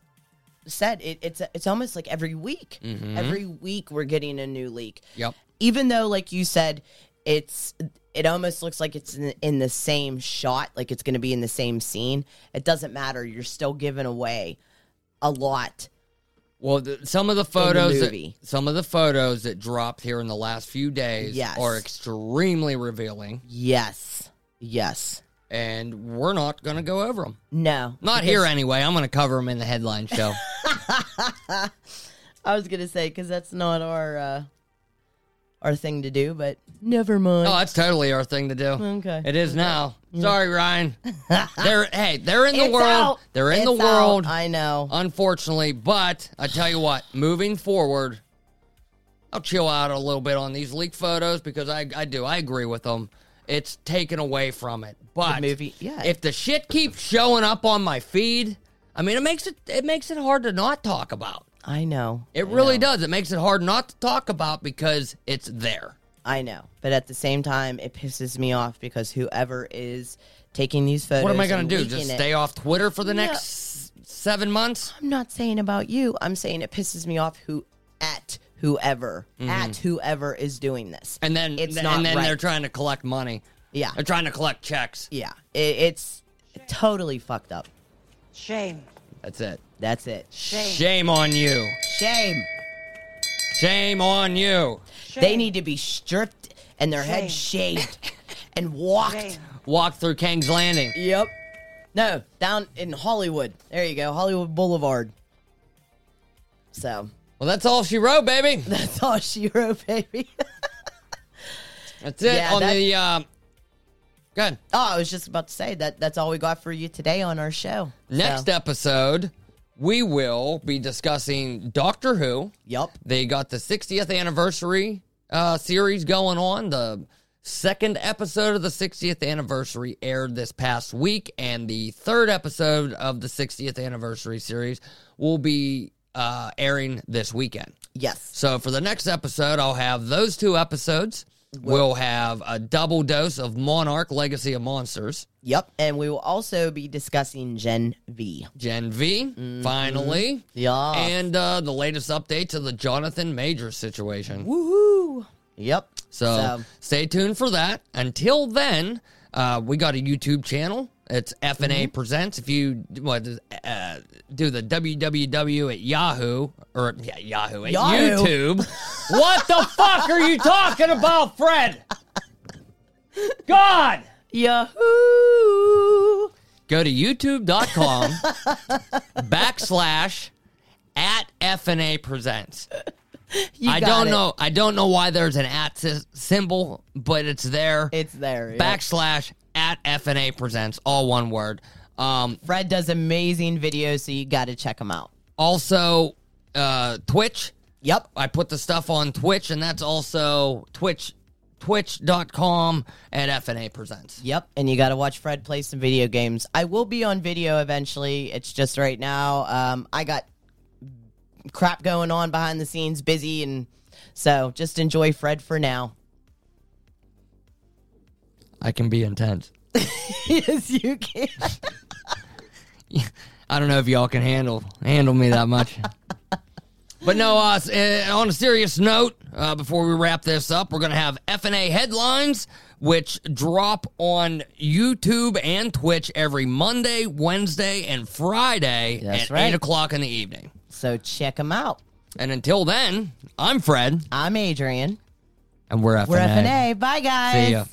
S1: said, it, it's it's almost like every week.
S2: Mm-hmm.
S1: Every week we're getting a new leak.
S2: yep.
S1: Even though, like you said, it's it almost looks like it's in, in the same shot, like it's going to be in the same scene. It doesn't matter. You're still giving away a lot.
S2: Well, the, some of the photos,
S1: movie.
S2: That, some of the photos that dropped here in the last few days
S1: Yes.
S2: are extremely revealing,
S1: Yes. Yes.
S2: and we're not going to go over them.
S1: No.
S2: Not here anyway. I'm going to cover them in the headline show.
S1: I was gonna say because that's not our uh, our thing to do, but never mind.
S2: oh, that's totally our thing to do.
S1: Okay.
S2: It is now. Sorry, Ryan. they're hey, they're in the
S1: It's
S2: world.
S1: out.
S2: They're in the
S1: It's out.
S2: world.
S1: I know.
S2: unfortunately. But I tell you what, moving forward, I'll chill out a little bit on these leak photos because I, I do. I agree with them. It's taken away from it. But
S1: movie- yeah.
S2: if the shit keeps showing up on my feed, I mean, it makes it it makes it hard to not talk about.
S1: I know.
S2: It really does. It makes it hard not to talk about because it's there.
S1: I know. But at the same time, it pisses me off because whoever is taking these photos,
S2: What am I going
S1: and
S2: to do?
S1: leaking
S2: Just
S1: it-
S2: stay off Twitter for the
S1: No.
S2: next s- seven months?
S1: I'm not saying about you. I'm saying it pisses me off who at whoever at whoever is doing this.
S2: Mm-hmm. And then
S1: It's
S2: and
S1: not
S2: then
S1: right.
S2: they're trying to collect money.
S1: Yeah.
S2: They're trying to collect checks.
S1: yeah, it, it's totally fucked up.
S3: Shame.
S2: That's it.
S1: That's it.
S3: Shame.
S2: Shame on you.
S1: Shame.
S2: Shame on you.
S3: Shame.
S1: They need to be stripped and their heads shaved and walked.
S3: Shame.
S2: Walk through Kang's Landing.
S1: Yep. No, down in Hollywood. There you go, Hollywood Boulevard. So
S2: Well, that's all she wrote, baby.
S1: that's all she wrote, baby.
S2: That's it
S1: Yeah,
S2: on
S1: that-
S2: the. Um, good.
S1: oh, I was just about to say that that's all we got for you today on our show.
S2: Next
S1: So,
S2: episode, we will be discussing Doctor Who.
S1: Yep.
S2: They got the 60th anniversary uh, series going on. The second episode of the 60th anniversary aired this past week, and the third episode of the 60th anniversary series will be uh, airing this weekend.
S1: Yes.
S2: So for the next episode, I'll have those two episodes. We'll have a double dose of Monarch Legacy of Monsters.
S1: Yep. And we will also be discussing Gen V.
S2: Gen V, finally.
S1: Yeah.
S2: And uh, the latest update to the Jonathan Major situation.
S1: Woohoo. Yep.
S2: So,
S1: So-
S2: stay tuned for that. Until then, uh, we got a YouTube channel. It's FNA
S1: Mm-hmm.
S2: presents. If you what uh, do the www at Yahoo or yeah, Yahoo at
S1: Yahoo.
S2: YouTube, what the fuck are you talking about, Fred? God,
S1: Yahoo!
S2: go to YouTube.com backslash at FNA presents.
S1: You
S2: I
S1: got
S2: don't
S1: it.
S2: know. I don't know why there's an at sy- symbol, but it's there.
S1: It's there. yeah.
S2: backslash at FNA presents, all one word. Um,
S1: Fred does amazing videos, so you got to check him out.
S2: also, uh, Twitch.
S1: Yep.
S2: I put the stuff on Twitch, and that's also Twitch, twitch.com at FNA presents.
S1: Yep, and you got to watch Fred play some video games. I will be on video eventually. It's just right now, um, I got crap going on behind the scenes, busy, and so just enjoy Fred for now.
S2: I can be intense.
S1: yes, you can.
S2: I don't know if y'all can handle handle me that much. but no, uh, s- uh, on a serious note, uh, before we wrap this up, we're going to have FNA headlines, which drop on YouTube and Twitch every Monday, Wednesday, and Friday
S1: That's
S2: at
S1: right.
S2: 8 o'clock in the evening.
S1: So check him out.
S2: And until then, I'm Fred,
S1: I'm Adrian.
S2: and we're FNA.
S1: We're FNA. Bye, guys.
S2: See ya.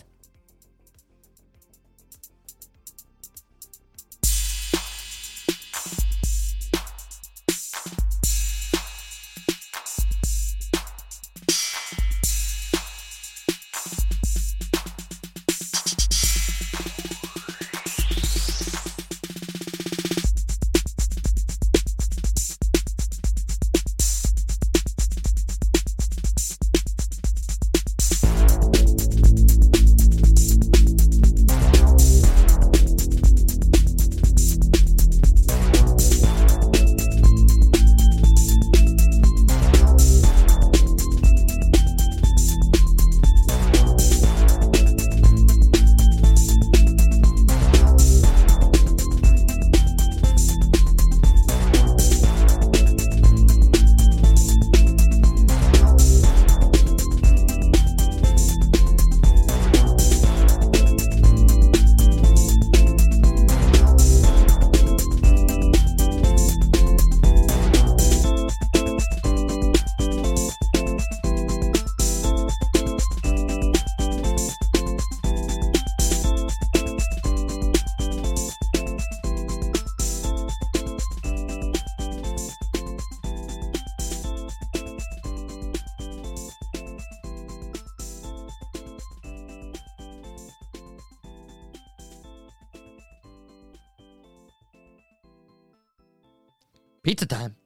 S2: Pizza time.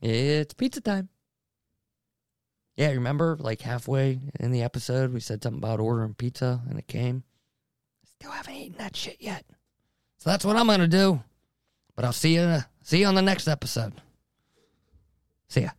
S2: It's pizza time. Yeah, remember like halfway in the episode we said something about ordering pizza and it came? Still haven't eaten that shit yet. So that's what I'm gonna do. But I'll see you see you on the next episode. See ya.